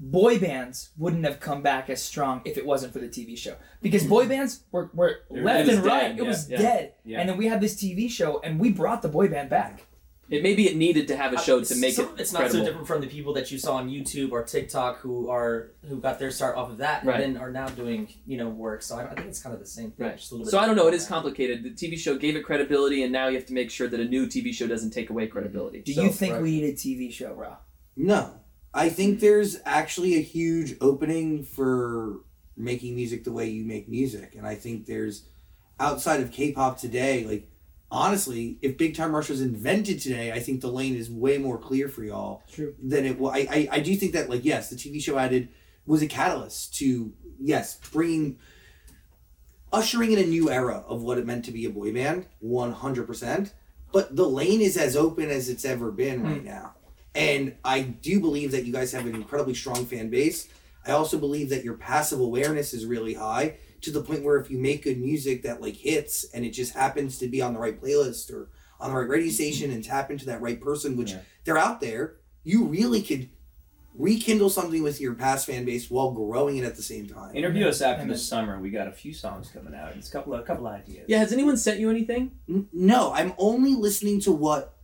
G: boy bands wouldn't have come back as strong if it wasn't for the TV show. Because boy bands were, were
F: Hmm. It
G: left
F: was
G: and
F: dead,
G: right; it
F: yeah,
G: was
D: yeah,
G: dead.
F: yeah.
G: And then we had this TV show, and we brought the boy band back.
D: it maybe it needed to have a show to make
H: Some
D: it
H: of it's not
D: credible.
H: so different from the people that you saw on YouTube or TikTok who are who got their start off of that and
D: Right.
H: then are now doing you know work. So I, I think it's kind of the same thing.
D: Right.
H: Just a little bit
D: So I don't know. It is
H: different.
D: complicated. The TV show gave it credibility, and now you have to make sure that a new TV show doesn't take away credibility.
G: Do
D: So-
G: you think
H: right.
G: we need a TV show, bro?
B: No, I think there's actually a huge opening for making music the way you make music, and I think there's outside of K-pop today, like honestly, if Big Time Rush was invented today, I think the lane is way more clear for y'all
G: True.
B: than it was. I, I I do think that like yes, the TV show added was a catalyst to yes bringing ushering in a new era of what it meant to be a boy band, one hundred percent. But the lane is as open as it's ever been right now. And I do believe that you guys have an incredibly strong fan base. I also believe that your passive awareness is really high to the point where if you make good music that like hits and it just happens to be on the right playlist or on the right radio station and tap into that right person, which they're out there, you really could rekindle something with your past fan base while growing it at the same time.
F: Interview us after the summer. We got a few songs coming out. It's a couple of a couple of ideas.
D: Yeah, has anyone sent you anything?
B: N- No, I'm only listening to what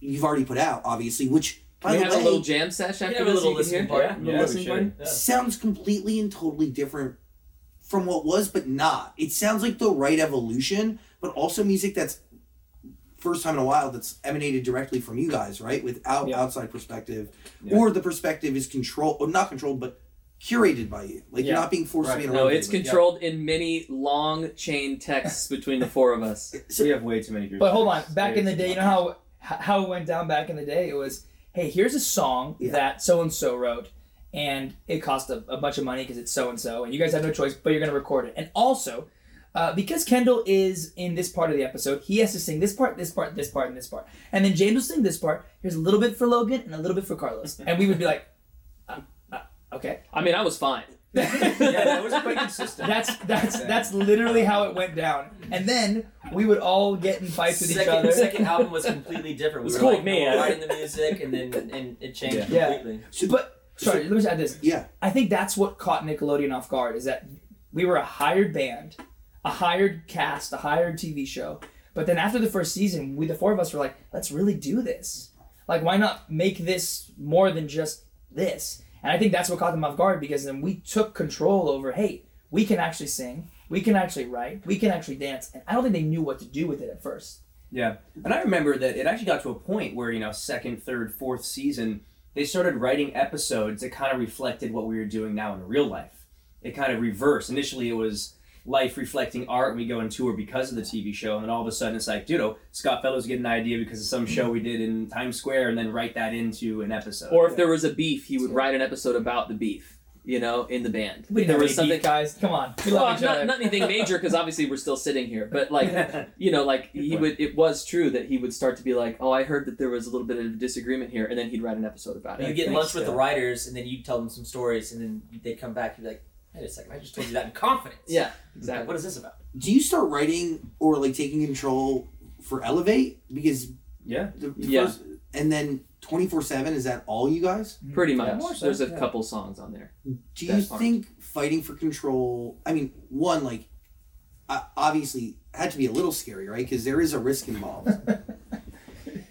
B: you've already put out, obviously, which
D: Can
B: by
D: we
B: the
D: have
B: way,
D: a little jam sesh
H: Yeah,
D: after
H: have a
D: this?
H: little
D: you
H: listening
D: can hear?
H: party.
D: Yeah, a little
F: Yeah, we
D: listening
F: should.
D: party.
B: sounds completely and totally different from what was, but not. It sounds like the right evolution, but also music that's first time in a while that's emanated directly from you guys, right? Without
F: Yeah.
B: outside perspective,
F: Yeah.
B: or the perspective is controlled, or not controlled, but curated by you. Like you're
F: Yeah.
B: not being forced to be in a
D: No,
B: room with
D: it's
B: anybody.
D: controlled in many long chain texts between the four of us.
F: we have way too many groups.
G: But hold on, back in the day, you know how h- how it went down back in the day? It was, hey, here's a song
B: Yeah.
G: that so and so wrote, and it cost a, a bunch of money because it's so and so, and you guys have no choice, but you're gonna record it. And also, uh, because Kendall is in this part of the episode, he has to sing this part, this part, this part, and this part, and then James will sing this part. Here's a little bit for Logan and a little bit for Carlos, and we would be like, uh, uh, okay.
D: I mean, I was fine.
F: yeah, that was quite consistent.
G: That's that's that's literally how it went down. And then we would all get in fights with each
H: Second,
G: other.
H: second album was completely different. We
D: It's
H: were
D: cool
H: like,
D: with me,
H: no,
D: I-
H: we're writing the music, and then and it changed
F: Yeah.
G: Yeah.
H: completely.
G: But sorry, let me just add this.
B: Yeah.
G: I think that's what caught Nickelodeon off guard is that we were a hired band, a hired cast, a hired TV show. But then after the first season, we the four of us were like, let's really do this. Like, why not make this more than just this? And I think that's what caught them off guard because then we took control over. Hey, we can actually sing, we can actually write, we can actually dance, and I don't think they knew what to do with it at first.
F: Yeah, and I remember that it actually got to a point where you know second, third, fourth season they started writing episodes that kind of reflected what we were doing now in real life. It kind of reversed. Initially, it was life reflecting art, and we go on tour because of the TV show, and then all of a sudden it's like, dude, oh, Scott Fellows get an idea because of some show we did in Times Square, and then write that into an episode.
D: Or if there was a beef, he would write an episode about the beef. You know, in the band,
G: We didn't
D: there
G: have
D: was
G: any
D: something.
G: beef, guys. Come on, we
D: Well,
G: love each other.
D: not, not anything major because obviously we're still sitting here, but like you know, like he
F: point.
D: would. It was true that he would start to be like, "Oh, I heard that there was a little bit of disagreement here," and then he'd write an episode about
H: You
D: it.
H: get
F: Thanks,
H: lunch with the
F: Dad.
H: writers, and then you tell them some stories, and then they come back. You're like, wait a second, I just told you that in confidence.
D: Yeah,
H: Like,
D: exactly.
H: what is this about?
B: Do you start writing or like taking control for Elevate? Because
F: yeah,
B: the, the
D: Yeah.
B: first, and then 24 7, is that all you guys?
D: Pretty much.
F: more so,
D: There's a
F: yeah.
D: couple songs on there.
B: Do you
D: that part.
B: think fighting for control? I mean, one like o- obviously had to be a little scary, right? Because there is a risk involved.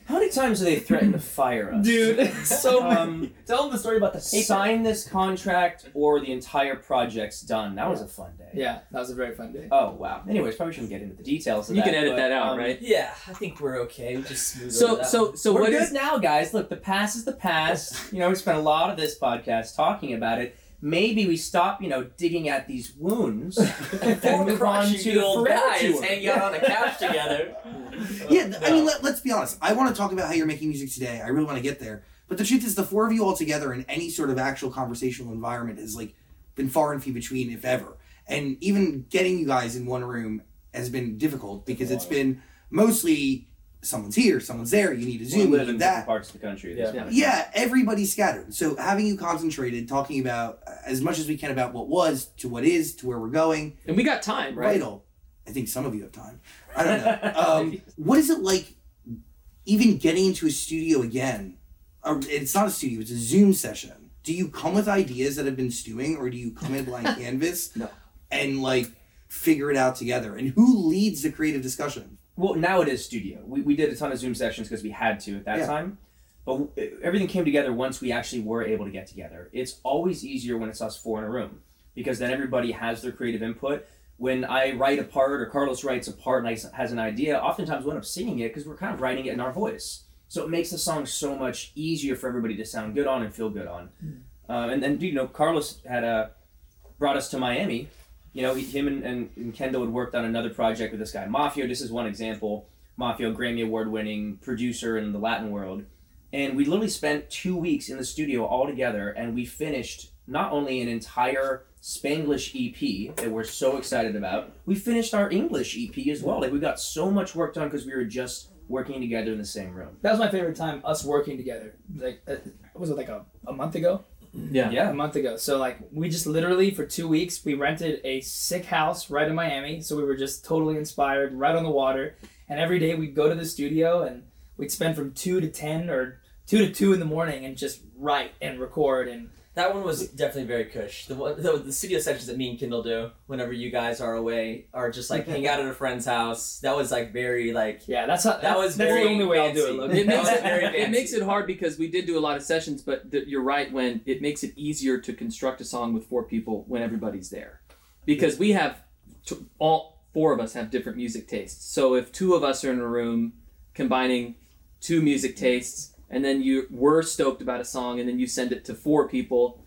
F: how many times do they threaten to fire us,
D: oh
G: so
F: Um,
G: tell them the story about the
F: sign this contract or the entire project's done. That was a fun day.
G: Yeah, that was a very fun day.
F: Oh wow. Anyways, probably shouldn't get into the details. Of
D: You
F: that,
D: can edit
F: but,
D: that out,
F: um,
D: right?
H: Yeah, I think we're okay. We just smooth over
D: So,
H: that
D: so,
H: one.
D: so
F: We're
D: what
F: good
D: is?
F: now, guys. Look, the past is the past. You know, we spent a lot of this podcast talking about it. Maybe we stop, you know, digging at these wounds and move on
H: crushing
F: to
H: the
F: the
H: old
F: forever
H: guys
F: tour.
H: hanging out on a couch together.
F: Uh,
B: yeah, th- I mean, let, let's be honest. I want to talk about how you're making music today. I really want to get there. But the truth is, the four of you all together in any sort of actual conversational environment has like been far and few between, if ever. And even getting you guys in one room has been difficult because it's been mostly someone's here, someone's there. You need a
F: We
B: Zoom, you
F: live in
B: need
F: different
B: that.
F: parts of the country.
H: Yeah.
D: Yeah.
B: Yeah, everybody's scattered. So having you concentrated, talking about uh, as much as we can about what was to what is to where we're going,
D: And we got time, right?
B: vital. I think some of you have time. I don't know. Um, what is it like, even getting into a studio again? Or it's not a studio; it's a Zoom session. Do you come with ideas that have been stewing, or do you come in blind canvas?
D: No.
B: And like figure it out together. And who leads the creative discussion?
F: Well, now it is studio. We, we did a ton of Zoom sessions because we had to at that
B: Yeah.
F: time. But w- e, everything came together once we actually were able to get together. It's always easier when it's us four in a room because then everybody has their creative input. When I write a part or Carlos writes a part and I s- has an idea, oftentimes we end up singing it because we're kind of writing it in our voice. So it makes the song so much easier for everybody to sound good on and feel good on. Uh, and then, you know, Carlos had a brought us to Miami. You know, he- him and, and, and Kendall had worked on another project with this guy, Mafio. This is one example. Mafio, Grammy Award winning producer in the Latin world. And we literally spent two weeks in the studio all together, and we finished not only an entire Spanglish EP that we're E so excited about, we finished our English EP as well. Like, we got so much work done because we were just working together in the same room.
G: That was my favorite time, us working together. Like, uh, was it like a, a month ago?
D: Yeah.
F: Yeah.
G: A month ago. So, like, we just literally for two weeks, we rented a sick house right in Miami. So, we were just totally inspired, right on the water. And every day we'd go to the studio and we'd spend from 2 to 10 or 2 to 2 in the morning and just write and record. And
H: That one was definitely very cush. The, one- the the studio sessions that me and Kendall do whenever you guys are away are just like hang out at a friend's house. That was like very like
G: yeah, that's how,
H: that was
G: that's
H: very
G: the only way I'll do it,
H: fancy.
G: Logan.
D: It makes
H: That
D: it,
H: was very
D: it
H: fancy.
D: makes it hard because we did do a lot of sessions, but th- you're right when it makes it easier to construct a song with four people when everybody's there, because we have t- all four of us have different music tastes. So if two of us are in a room combining two music tastes, and then you were stoked about a song, and then you send it to four people,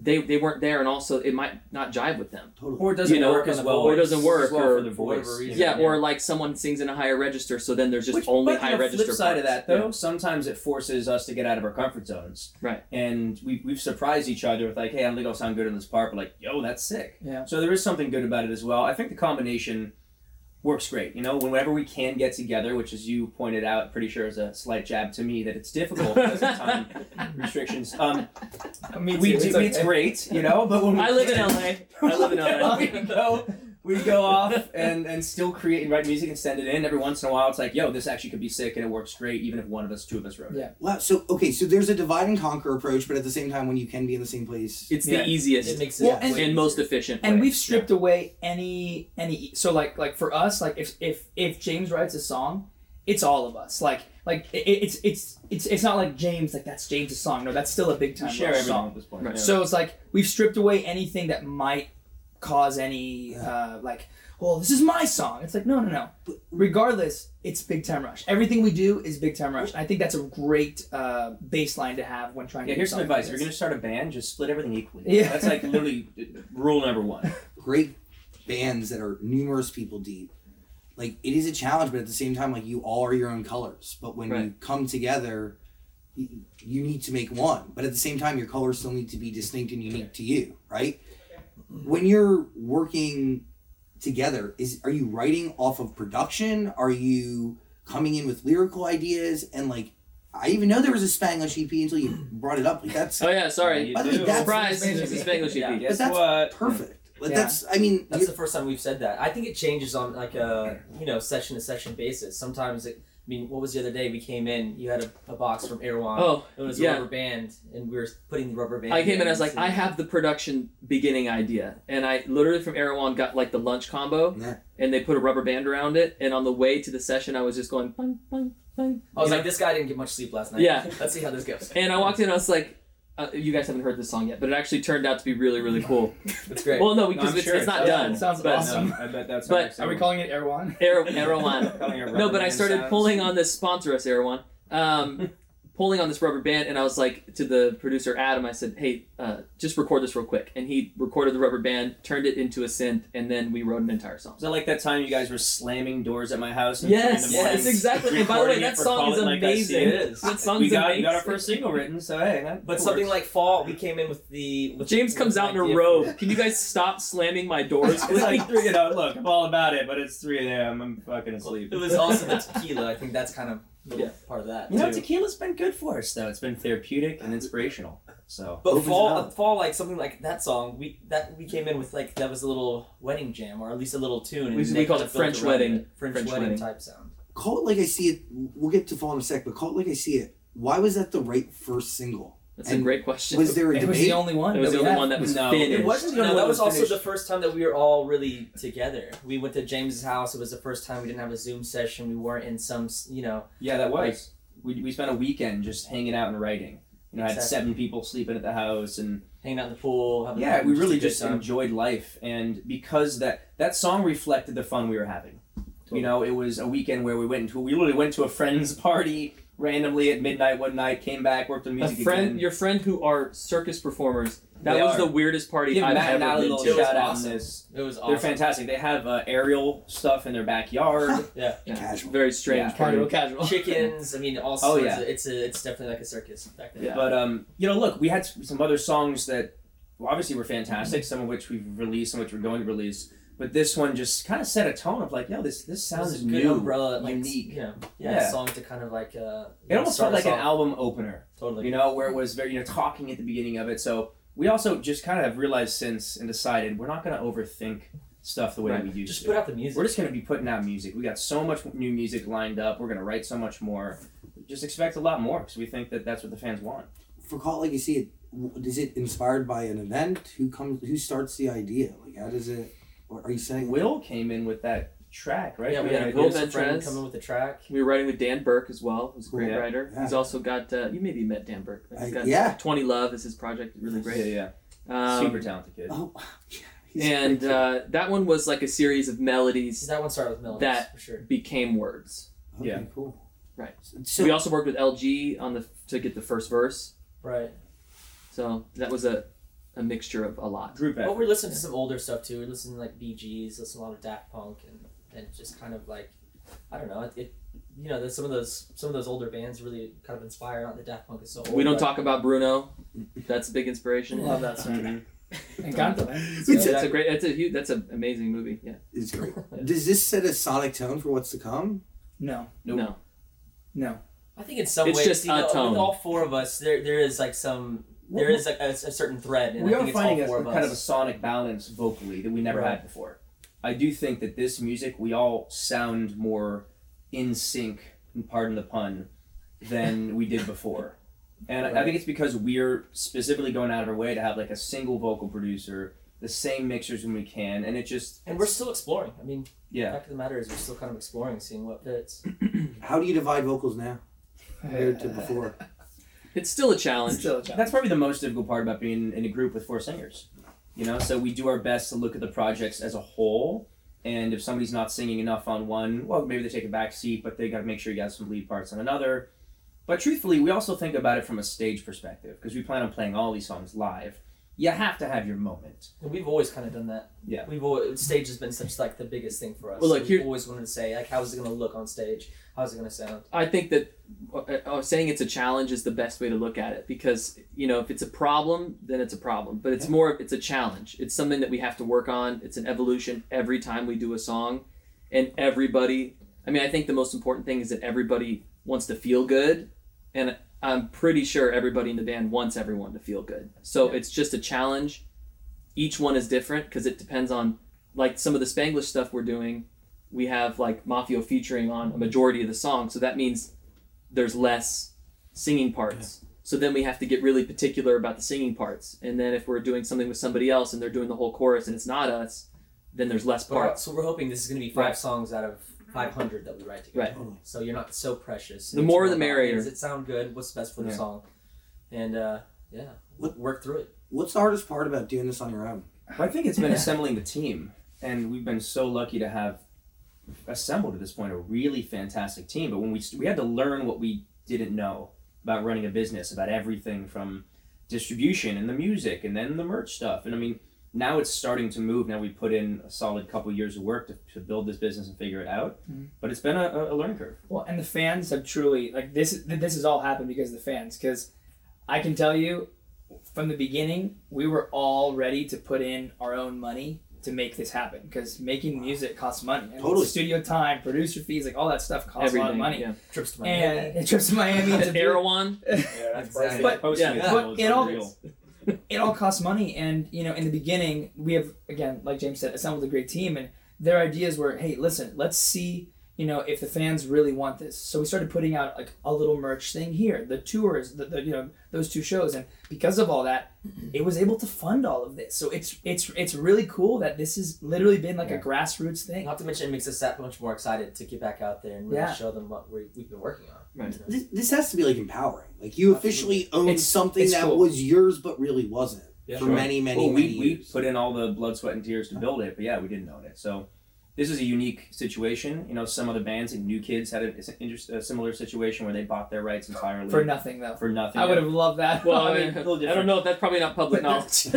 D: they they weren't there, and also it might not jive with them.
F: Or it doesn't
D: You know,
F: work as well.
D: or it doesn't work,
F: as well
D: or
F: for the voice.
H: whatever reason.
D: Yeah, or like someone sings in a higher register, so then there's just
F: Which-
D: only
F: but
D: high
F: the
D: register.
F: flip side of
D: parts.
F: that, though, sometimes it forces us to get out of our comfort zones.
D: Right.
F: And we, we've surprised each other with like, hey, I don't think I'll sound good in this part, but like, yo, that's sick.
G: Yeah.
F: So there is something good about it as well. I think the combination works great. You know, whenever we can get together, which as you pointed out, pretty sure is a slight jab to me that it's difficult because of time restrictions. Um,
G: I mean,
F: we
G: too,
F: do,
G: like-
F: it's great, you know, but when we
D: I live in LA. I live in LA.
F: we go, we go off and and still create and write music and send it in. Every once in a while, it's like, yo, this actually could be sick, and it works great, even if one of us, two of us wrote it.
G: Yeah.
B: Wow. So okay. So there's a divide and conquer approach, but at the same time, when you can be in the same place,
D: It's
G: Yeah.
D: the easiest.
H: It makes it
G: Well,
H: way
D: and most
H: easier.
D: efficient.
G: and
D: way.
G: we've stripped away any any so like like for us like if if if james writes a song it's all of us like like it, it's it's it's it's not like james like that's james' song no that's still a big
F: We
G: time
F: share
G: Rush
F: everything
G: song
F: at this point.
D: Right.
F: Yeah.
G: so it's like we've stripped away anything that might cause any uh like well this is my song it's like no no no regardless it's big time rush everything we do is big time rush i think that's a great uh baseline to have when trying
F: Yeah,
G: to do
F: here's some
G: something like
F: advice. If you're
G: this.
F: gonna start a band, just split everything equally.
G: Yeah.
F: That's like literally rule number one.
B: great bands that are numerous people deep. Like it is a challenge, but at the same time, like you all are your own colors. But when you
D: Right.
B: come together, y- you need to make one. But at the same time, your colors still need to be distinct and unique to you, right? When you're working together, is are you writing off of production? Are you coming in with lyrical ideas and like? I even know there was a Spanglish EP until you brought it up. Like that's
D: Oh yeah, sorry.
F: You
B: By the way,
F: do.
B: that's-
D: Surprise!
G: That's-
D: This is Spanglish
H: Yeah.
D: EP.
F: Guess
B: that's
F: what?
B: perfect. Like
G: Yeah.
B: that's. I mean,
H: That's
B: you-
H: the first time we've said that. I think it changes on like a you know session to session basis. Sometimes it. I mean, what was the other day? We came in. You had a, a box from Erewhon.
D: Oh,
H: it was
D: yeah.
H: a rubber band, and we were putting the rubber band.
D: I came in. I was
H: bands
D: like,
H: and-
D: I have the production beginning idea, and I literally from Erewhon got like the lunch combo,
B: Yeah.
D: and they put a rubber band around it. And on the way to the session, I was just going. Bang, bang, bang.
H: I was
D: you
H: like, this guy didn't get much sleep last night.
D: Yeah.
H: let's see how this goes.
D: know? and I walked in. I was like, uh, you guys haven't heard this song yet, but it actually turned out to be really, really cool.
H: It's great.
D: well, no, because
F: I'm
D: it's,
F: sure
D: it's not
F: it's-
D: done.
G: it sounds
D: but uh,
G: awesome.
F: No, I bet that's.
D: But-
F: what I'm saying.
G: are we calling it erewhon
D: Ere- Erewhon.
F: Calling it
D: no,
F: rubber
D: but I
F: band
D: started
F: sounds?
D: pulling on this sponsor us Erewhon, um, pulling on this rubber band, and I was like to the producer Adam, I said, "Hey, uh, just record this real quick," and he recorded the rubber band, turned it into a synth, and then we wrote an entire song.
F: Is that like that time you guys were slamming doors at my house? in the
D: Yes,
F: morning,
D: yes, exactly. And by the way,
F: recording
D: that
F: it for
D: song
F: Call
D: is
F: It Like I See
D: amazing.
F: It?
H: It is.
D: That song's
F: we got,
D: amazing.
F: we got our first single written, so hey, that
H: But
F: works.
H: something like fall, we came in with the. With
D: James comes out in a robe. Can you guys stop slamming my doors?
F: it's like three. You know, look, I'm all about it, but it's three a.m. I'm fucking asleep.
H: It was also the tequila. I think that's kind of the
D: Yeah.
H: part of that.
F: You know,
H: too.
F: tequila's been good for us though. It's been therapeutic and inspirational. So
H: But
B: Opens it
H: fall,
B: up.
H: fall, like something like that song. We that we came in with like that was a little wedding jam, or at least a little tune. and
D: We- we
H: Nick
D: called
H: kind of
D: it French
H: built around
D: wedding.
H: it. French,
D: French
H: wedding,
D: wedding.
H: type sound.
B: Call It Like I See It, we'll get to Fall in a sec, but Call It Like I See It, why was that the right first single?
D: That's a
B: And
D: great question.
B: Was there a
G: it
B: debate?
G: was the only one
D: It was
G: that
D: the
G: we
D: only
G: had.
D: one that was
F: No, it
D: finished.
F: It wasn't the
H: No,
F: only
H: that
F: one
H: was
F: that was
H: also the
F: finished.
H: first time that we were all really together. We went to James's house. It was the first time we didn't have a Zoom session. We weren't in some, s- you know,
F: yeah, that was. We, we spent a weekend just hanging out and writing. You know, I had
H: Exactly.
F: seven people sleeping at the house, and
H: hanging out in the pool. Having
F: yeah, we really
H: a good
F: just
H: time.
F: enjoyed life, and because that that song reflected the fun we were having. You know, it was a weekend where we went to we literally went to a friend's party randomly at midnight one night, came back, worked on
D: a
F: music
D: friend,
F: again.
D: your friend who are circus performers. That
F: They
D: was
F: are.
D: the weirdest party
F: Give
D: I've
F: Matt and
D: ever
F: Ali a
D: been
F: little
D: to.
F: shout out
H: awesome.
F: in this.
H: It was
F: They're
H: awesome.
F: fantastic. They have uh, aerial stuff in their backyard.
H: Yeah.
D: Yeah,
B: Casual.
D: Very strange.
F: Yeah.
D: party.
G: casual casual
H: Chickens. I mean, all
F: Oh,
H: sorts.
F: yeah.
H: of- it's a, it's definitely like a circus back then.
D: Yeah.
F: But um, you know, look, we had s- some other songs that well, obviously were fantastic. Some of which we've released, some of which we're going to release. But this one just kind of set a tone of like, yo, this this sounds
H: This is a good
F: new,
H: umbrella, like
F: unique.
H: Yeah, yeah,
F: Yeah.
H: song to kind of like uh,
F: It almost felt
H: start
F: like
H: us
F: an
H: off.
F: album opener.
H: Totally.
F: You know, where it was very, you know, talking at the beginning of it. So we also just kind of have realized since and decided we're not going to overthink stuff the way
H: Right.
F: we used
H: Just
F: to.
H: put out the music.
F: We're just going to be putting out music. We got so much new music lined up. We're going to write so much more. Just expect a lot more because we think that that's what the fans want.
B: For Call It Like You See It, w- is it inspired by an event? Who comes? Who starts the idea? Like, how does it? Or are you saying
F: Will came in with that track, right?
H: Yeah, we
F: Yeah,
H: had a
F: it
D: Will
F: was
H: good friend
D: Ventress.
H: come in with the track.
D: We were writing with Dan Burke as well, who's a great
F: Yeah.
D: writer. He's
B: Yeah.
D: also got uh, you maybe met Dan Burke.
B: I-
D: He's got
B: yeah.
D: Twenty Love is his project, really
F: Yeah,
D: great.
F: yeah.
D: Um,
F: Super talented kid.
B: Oh, yeah, he's
D: and
B: great.
D: uh, that one was like a series of melodies
H: That one started with melodies
D: That-
H: for sure.
D: became words.
B: okay,
F: yeah.
B: cool.
D: Right.
B: So
D: we also worked with LG on the to get the first verse,
H: Right.
D: so that was a a mixture of a lot.
F: Group effort.
H: But we're listening to some older stuff too. We're listening to like BGs, listen to a lot of Daft Punk, and and just kind of like, I don't know, it, it you know, there's some of those some of those older bands really kind of inspire. Not that Daft Punk is so old.
D: We don't
H: but-
D: talk about Bruno. That's a big inspiration.
G: Love that song.
F: Mhm.
G: Encanto, man.
D: So
B: It's-
D: that's a great. That's a huge. That's an amazing movie. Yeah.
B: it's great. Does this set a sonic tone for what's to come?
G: No,
F: Nope.
D: No.
G: no.
H: I think in some
D: It's
H: ways,
D: just
H: you know,
D: a tone.
H: with all four of us, there there is like some there is like a, a certain thread, and
F: we are
H: I think it's all
F: finding a,
H: four of us.
F: kind of a sonic balance vocally that we never
H: Right.
F: had before. I do think that this music we all sound more in sync, and pardon the pun, than we did before. And I I think it's because we're specifically going out of our way to have like a single vocal producer, the same mixers when we can, and it just
H: and we're still exploring. I mean, the
F: yeah.
H: fact of the matter is, we're still kind of exploring, seeing what fits.
B: How do you divide vocals now compared to before?
D: It's still a challenge.
G: Still a challenge.
F: That's probably the most difficult part about being in a group with four singers. You know, so we do our best to look at the projects as a whole. And if somebody's not singing enough on one, well, maybe they take a back seat, but they got to make sure you got some lead parts on another. But truthfully, we also think about it from a stage perspective because we plan on playing all these songs live. You have to have your moment.
H: And we've always kind of done that.
F: Yeah.
H: We've always, stage has been such like the biggest thing for us.
D: Well, like,
H: we've
D: here-
H: always wanted to say like, how is it going to look on stage? How's it going to sound?
D: I think that uh, uh, saying it's a challenge is the best way to look at it because you know if it's a problem, then it's a problem. But it's more of it's a challenge. It's something that we have to work on. It's an evolution every time we do a song, and everybody. I mean, I think the most important thing is that everybody wants to feel good, and I'm pretty sure everybody in the band wants everyone to feel good. So it's just a challenge. Each one is different because it depends on like some of the Spanglish stuff we're doing we have like Mafio featuring on a majority of the song, so that means there's less singing parts. So then we have to get really particular about the singing parts. And then if we're doing something with somebody else and they're doing the whole chorus and it's not us, then there's less
H: But, uh,
D: parts.
H: so we're hoping this is going to be five
D: Right.
H: songs out of five hundred that we write together.
D: Right.
B: Totally.
H: So you're not so precious.
D: The
H: It's
D: more the
H: about,
D: merrier.
H: Does it sound good? What's best for the
F: Yeah.
H: song? And uh, yeah,
B: What-
H: work through it.
B: What's the hardest part about doing this on your own?
F: But I think it's been assembling the team, and we've been so lucky to have assembled at this point a really fantastic team. But when we st- we had to learn what we didn't know about running a business, about everything from distribution and the music, and then the merch stuff. And I mean, now it's starting to move. Now we put in a solid couple years of work to, to build this business and figure it out.
G: Mm-hmm.
F: But it's been a, a, a learning curve.
G: Well, and the fans have truly like this. This has all happened because of the fans. Because I can tell you, from the beginning, we were all ready to put in our own money to make this happen. Because making music costs money. And
B: Totally.
G: Studio time, producer fees, like all that stuff costs a lot of
D: Everything.
G: money.
D: Yeah.
H: Trips to my
G: And it trips to Miami. to
D: The
G: do-
D: Erewhon.
I: Yeah, that's
H: Exactly.
I: pricey.
G: But-
F: Posting
H: yeah,
F: as well
G: but
F: is
G: it all-
F: unreal.
G: it all costs money and you know in the beginning we have again like james said assembled a great team and their ideas were hey listen let's see you know if the fans really want this so we started putting out like a little merch thing here the tours the, the you know those two shows and because of all that it was able to fund all of this so it's it's it's really cool that this has literally been like a grassroots thing
H: Not to mention, it makes us that much more excited to get back out there and really
G: Yeah.
H: show them what we, we've been working on.
D: Right.
H: You know?
B: This, this has to be like empowering. Like you officially own
G: It's-
B: something
G: it's
B: that
G: cool.
B: was yours but really wasn't
H: Yeah.
B: for
H: Sure.
B: many, many,
F: well,
B: many
F: we, we
B: years.
F: put in all the blood, sweat, and tears to build it, but yeah, we didn't own it. So this is a unique situation. You know, some other bands and New Kids had a, a similar situation where they bought their rights entirely
G: for nothing though
F: for nothing.
G: i would have loved that
D: Well,
G: I
D: I,
G: mean,
F: little
D: I don't know. That's probably not public knowledge.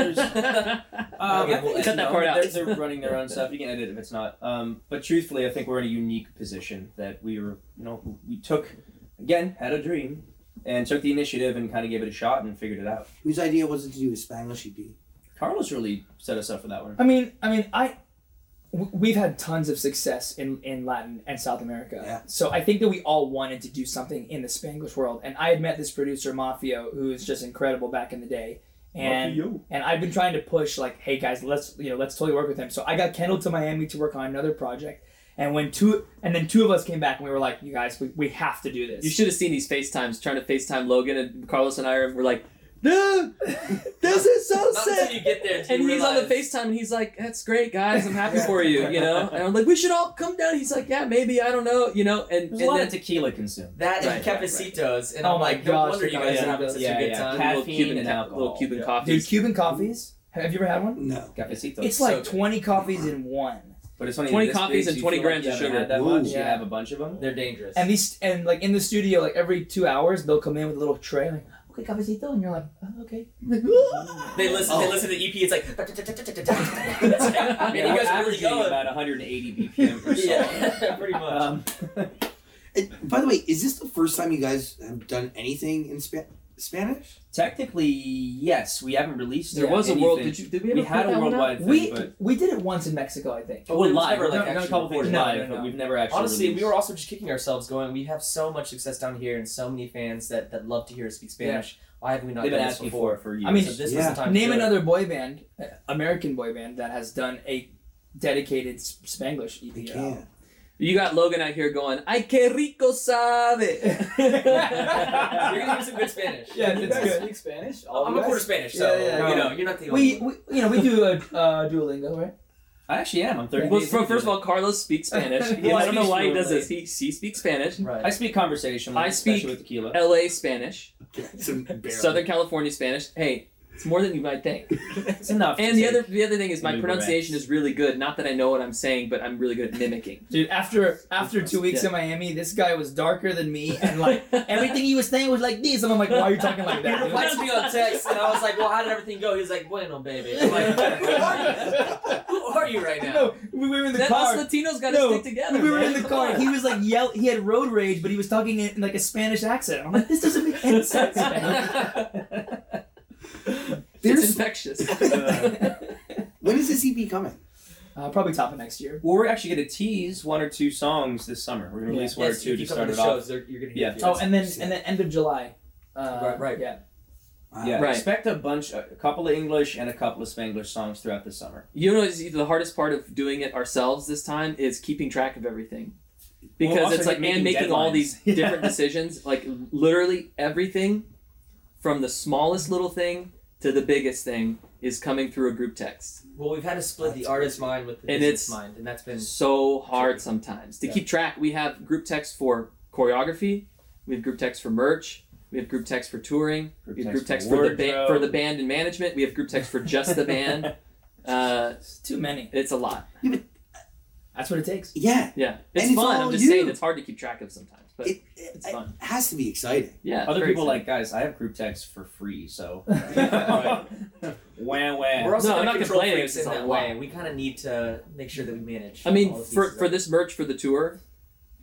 F: Um,
H: Okay, we'll
F: I think
D: edit
F: no,
D: that part out.
F: They're, they're running their own stuff. You can edit if it's not. Um, but truthfully, I think we're in a unique position that we were, you know, we took again had a dream and took the initiative and kind of gave it a shot and figured it out.
B: Whose idea was it to do a Spanglish E EP?
F: Carlos really set us up for that one.
G: I mean, I mean, I w- we've had tons of success in, in Latin and South America.
B: Yeah.
G: So I think that we all wanted to do something in the Spanglish world. And I had met this producer, Mafio, who is just incredible back in the day. And
F: Mafio.
G: and I've been trying to push like, hey guys, let's you know, let's totally work with him. So I got Kendall to Miami to work on another project. And when two and then two of us came back and we were like, you guys, we, we have to do this.
D: You should have seen these FaceTimes trying to FaceTime Logan and Carlos and I are, were like, dude, this is so
H: Not
D: sick.
H: until you get there. do
D: And
H: you
D: he's on the
H: realize-
D: FaceTime and he's like, That's great, guys. I'm happy for you, you know? And I'm like, We should all come down. He's like, Yeah, maybe. I don't know, you know? And,
H: There's
D: and
H: a lot
D: then
H: of
F: Tequila consumed.
H: That and
D: Right,
H: cafecitos, and
G: Oh
H: I'm
G: my
H: like, no
G: gosh,
H: wonder
G: the
H: you
G: guys
H: guys are
G: are
H: having such
F: yeah,
H: a good
F: yeah.
H: time.
F: Caffeine
D: little Cuban,
F: and alcohol.
D: little Cuban
F: Yeah.
G: Dude,
D: coffees.
G: Cuban coffees? Have you ever had one?
B: No.
F: Cafecitos.
G: It's like
H: so good.
G: 20 coffees in one.
F: but it's funny.
D: 20
F: this
D: coffees
F: big,
D: and
F: you
D: 20
F: feel like
D: grams
F: you
D: of
F: haven't
D: sugar.
F: Had that
B: Ooh.
F: much. You
G: Yeah.
F: have a bunch of them.
H: They're dangerous.
G: And these and like in the studio, like every two hours, they'll come in with a little tray, like okay, cafecito, and you're like, oh, okay.
H: they listen. They
B: Oh.
H: listen to EP. It's like. I mean,
F: Yeah,
H: you
F: we're
H: guys are really
F: averaging
H: going.
F: about 180 BPM per song.
H: Yeah, pretty much.
F: Um,
B: And by the way, is this the first time you guys have done anything in Spa- Spanish?
F: Technically, yes. We haven't released.
D: There was a world.
F: anything.
D: Did you? Did we
F: We,
D: ever put
F: had
D: that
F: a
D: one out?
F: worldwide thing,
G: we
F: but
G: we did it once in Mexico, I think.
H: But we've
F: live.
H: never,
F: We've
H: like,
F: done a
H: actually
F: couple things
H: recorded
F: live,
G: it. No, no,
F: but
G: no.
F: we've never actually.
H: Honestly, we
F: released.
H: were also just kicking ourselves, going, "We have so much success down here, and so many fans that, that love to hear us speak Spanish. Why have we not
F: They've been
H: done this
F: asking
H: before?"
F: for it for years.
G: I mean,
H: so this
B: Yeah.
H: was the time. to
G: Name
H: do it.
G: another boy band, uh, American boy band that has done a dedicated S- Spanglish E
B: They
G: EP.
B: can't.
D: You got Logan out here going, "Ay qué rico sabe."
H: You're gonna hear some good Spanish.
G: Yeah,
I: you
G: it's
I: guys
G: good.
I: speak Spanish? All
H: I'm
I: you
H: a quarter
I: guys?
H: Spanish, so
G: Yeah, yeah,
H: you
G: yeah.
H: know you're not the only
G: We,
H: one.
G: we you know we do a uh, Duolingo, right?
F: I actually am. I'm 30.
D: Well,
F: days
D: fir-
F: into
D: first of
F: it.
D: all, Carlos speaks Spanish.
G: Well,
D: You know,
F: I
D: I don't know
F: speak
D: why he does this.
F: fluently.
D: He, he speaks Spanish,
F: I
H: Right.
F: speak conversational.
D: I
F: especially
D: speak-
F: with tequila.
D: L.A. Spanish,
B: It's embarrassing.
D: Southern California Spanish. Hey, it's more than you might think.
F: It's enough. to
D: And the
F: take.
D: other the other thing is my
F: Luberette.
D: pronunciation is really good. Not that I know what I'm saying, but I'm really good at mimicking.
G: Dude, after after two weeks
D: Yeah.
G: in Miami, this guy was darker than me, and like everything he was saying was like this, and I'm like, why are you talking like
H: He
G: that? dude?
H: replied to me on text, and I was like, "Well, how did everything go?" He's like, "Bueno, baby." I'm like, "Who are you? Who are you right now?"
G: No, we were in the
D: Then
G: car.
D: us Latinos got to
G: No,
D: stick together.
G: we were
D: man.
G: in the
D: Come
G: car.
D: on.
G: and He was like yell. He had road rage, but he was talking in like a Spanish accent. I'm like, this doesn't make any sense. man.
D: it's
B: There's,
D: infectious.
B: when is this EP coming?
G: Uh, probably top of next year.
F: Well, we're actually going to tease one or two songs this summer. We're going to
G: Yeah.
F: release one
H: yes,
F: or two
H: you
F: to
H: keep
F: start
H: coming to
F: it off.
H: shows. They're, you're gonna hear
F: Yeah.
H: it.
G: Oh, and then and then end of July. Uh,
H: Right, right.
G: Yeah.
B: Wow.
F: Yeah,
D: Right.
F: expect a bunch, a couple of English and a couple of Spanglish songs throughout the summer.
D: You know, it's the hardest part of doing it ourselves this time is keeping track of everything. Because
F: Well, also
D: it's like,
F: making
D: and making all
F: deadlines.
D: these
F: Yeah.
D: different decisions, like literally everything from the smallest little thing to the biggest thing is coming through a group text.
H: Well, we've had to split the artist's mind with the
D: And it's-
H: business mind, and that's been
D: So hard sometimes to
H: Yeah.
D: keep track. We have group text for choreography, we have group text for merch, we have group text for touring, we have group text for the ba- for the band and management, we have group text for just the band. Uh,
G: It's too many.
D: it's a lot.
G: That's what it takes.
B: Yeah.
D: Yeah,
B: And
D: it's
B: it's
D: fun.
B: all
D: I'm just
B: you.
D: saying it's hard to keep track of sometimes, but
B: It,
D: it's
B: it, it
D: fun.
B: has to be exciting.
D: Yeah. it's
F: Other
D: very
F: people are
D: exciting.
F: like, guys, I have group text for free, so.
G: Right.
F: wham, wham.
H: We're also
D: No, I'm
H: gonna
D: not
H: control
D: complaining,
H: freaks
D: it's
H: in
D: just a
H: that
D: lot.
H: way. We kind of need to make sure that we manage.
D: I mean,
H: all of these
D: for
H: things.
D: for this merch for the tour,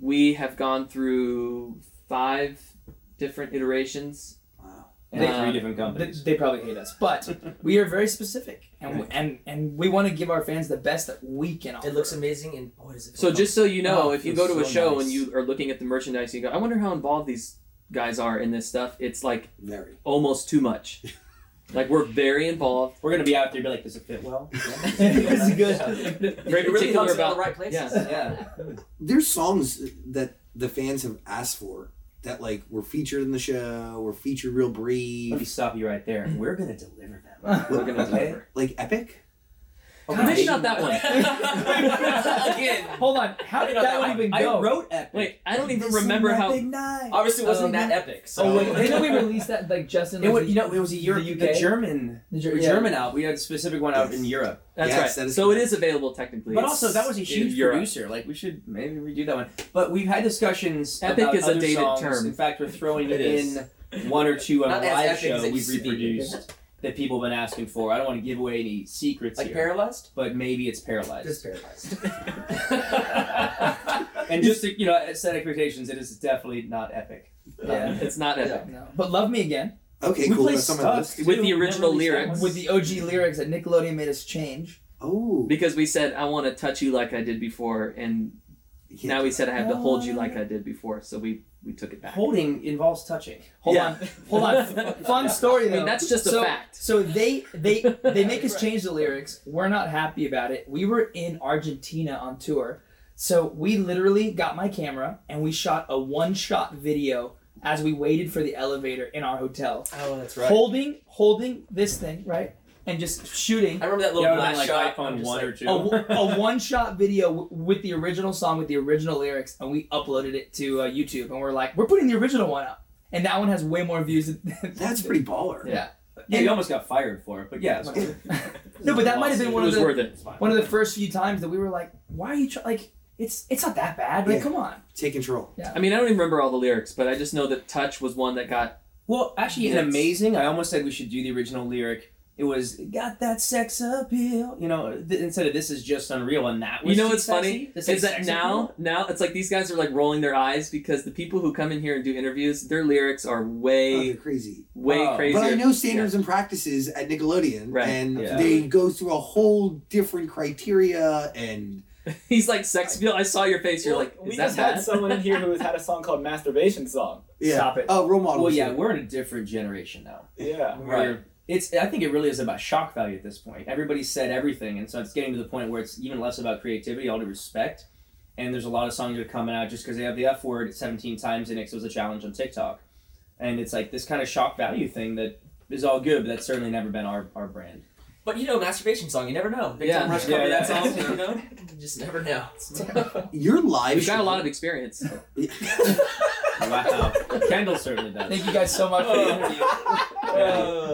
D: we have gone through five different iterations.
F: and
D: Uh,
F: three different
G: They,
F: companies.
G: they probably hate us, but we are very specific, and we, and and we want to give our fans the best that we can offer.
H: it looks amazing, and boy, does it.
D: So
H: feel
D: just so you know,
F: Oh,
D: if you go
F: feels
D: to a
F: so
D: show
F: nice.
D: and you are looking at the merchandise, you go, I wonder how involved these guys are in this stuff. It's like
B: Very.
D: almost too much. like we're very involved,
F: We're going to be out there and be like, does it fit well?
G: It's
H: good.
D: very
H: it really
D: particular
H: helps in all
D: about
H: the right places.
D: Yeah.
F: yeah.
B: There's songs that the fans have asked for that like were featured in the show, were featured real
F: Let me
B: brief,
F: stop you right there. We're going to deliver them.
D: We're gonna
F: Okay.
D: deliver.
B: like epic.
D: God, maybe not that one.
H: Again,
G: Hold on, how did that one even
F: I
G: go?
F: wrote epic.
D: Wait, I don't even remember how.
H: obviously, it wasn't that epic. So
G: oh wait, didn't we release that like just in
F: It
G: like,
F: was, you know, it was a Europe,
G: the
F: the,
G: UK?
F: German,
G: the
F: the
G: Ger- yeah.
F: German out. We had a specific one out
B: Yes.
F: in Europe.
D: That's
B: Yes,
D: right.
B: that is
D: so it
B: correct.
D: is available technically.
F: But
D: It's
F: also, that was a
D: in
F: huge
D: Europe.
F: producer. Like, we should maybe redo that one. But we've had discussions.
D: Epic
F: about
D: is a
F: other
D: dated
F: songs.
D: term.
F: In fact, we're throwing
H: It is.
F: in one or two on a
H: Not as
F: live
H: epic as
F: show
H: it
F: we've
H: should be.
F: reproduced that people have been asking for. I don't want to give away any secrets
H: like
F: here,
H: paralyzed.
F: but maybe it's paralyzed.
H: Just paralyzed.
F: and just to, you know, set expectations. It is definitely not epic.
G: Yeah.
D: It's not epic.
G: No. But love me again
B: Okay,
F: we
B: cool.
F: play
B: That's on my
F: Stuck
B: list.
D: With the
F: too.
D: original
F: Never released that
D: lyrics.
F: one.
G: with the OG lyrics that Nickelodeon made us change.
B: Oh.
D: Because we said I want to touch you like I did before, and now we said I have to hold you like I did before. So we we took it back.
F: Holding involves touching.
G: Hold
D: Yeah.
G: on, hold on. Fun story.
D: I mean,
G: though.
D: that's just a
G: so,
D: fact.
G: So they they they make us change the lyrics. We're not happy about it. We were in Argentina on tour, so we literally got my camera and we shot a one shot video as we waited for the elevator in our hotel,
H: Oh, that's right.
G: holding holding this thing right and just shooting.
H: I remember
F: Yeah,
H: that little
F: it would've
H: glass
F: been, like oh,
H: shot.
F: iPhone
H: I'm just
F: one
H: like,
F: or two.
G: A, one shot video w- with the original song with the original lyrics, and we uploaded it to uh, YouTube. And we're like, we're putting the original one up, and that one has way more views. Than,
B: That's pretty baller.
G: Yeah.
F: Yeah, you almost got fired for it, but yeah. it's-
G: No, but that might have been
F: It
G: one
D: it
G: of
D: was
G: the
D: worth it.
G: one of the first few times that we were like, "Why are you try- like? It's it's not that bad. Like,
B: Yeah.
G: come on."
B: Take control.
D: I mean, I don't even remember all the lyrics, but I just know that touch was one that got.
F: Well, actually, an
D: Yes.
F: amazing. I almost said we should do the original lyric. It was got that sex appeal, you know. Th- instead of this is just unreal, and that was
D: you know
F: too
D: what's
F: sexy.
D: funny
F: This
D: is that
F: sex
D: now,
F: appeal?
D: now it's like these guys are like rolling their eyes because the people who come in here and do interviews, their lyrics are
B: Oh,
D: way,
B: they're crazy.
D: way
F: Oh. But I
D: crazier.
B: But I know standards and practices at Nickelodeon,
D: Right.
B: and
F: Yeah.
B: they go through a whole different criteria. And
D: Yeah. He's like sex appeal. I saw your face. You're like,
I: Well, we
D: is that
I: just
D: bad?
I: had someone in here who has had a song called "Masturbation Song."
B: yeah,
G: Stop it.
B: Oh, role models.
F: Well, yeah, we're in a different generation now.
I: Yeah.
F: Right. It's. I think it really is about shock value at this point. Everybody said everything, and so it's getting to the point where it's even less about creativity, all due respect. And there's a lot of songs that are coming out just because they have the F word 17 times in it. 'cause it was a challenge on TikTok, and it's like this kind of shock value thing that is all good, but that's certainly never been our, our brand.
H: But you know, masturbation song. You never know. Big
D: Yeah.
H: Time Rush
F: Yeah,
H: cover
F: yeah.
H: that song. You know, you just never know.
B: Your live.
D: We've got a lot of experience.
F: Wow, Kendall certainly does.
G: Thank you guys so much for the interview.
D: Oh.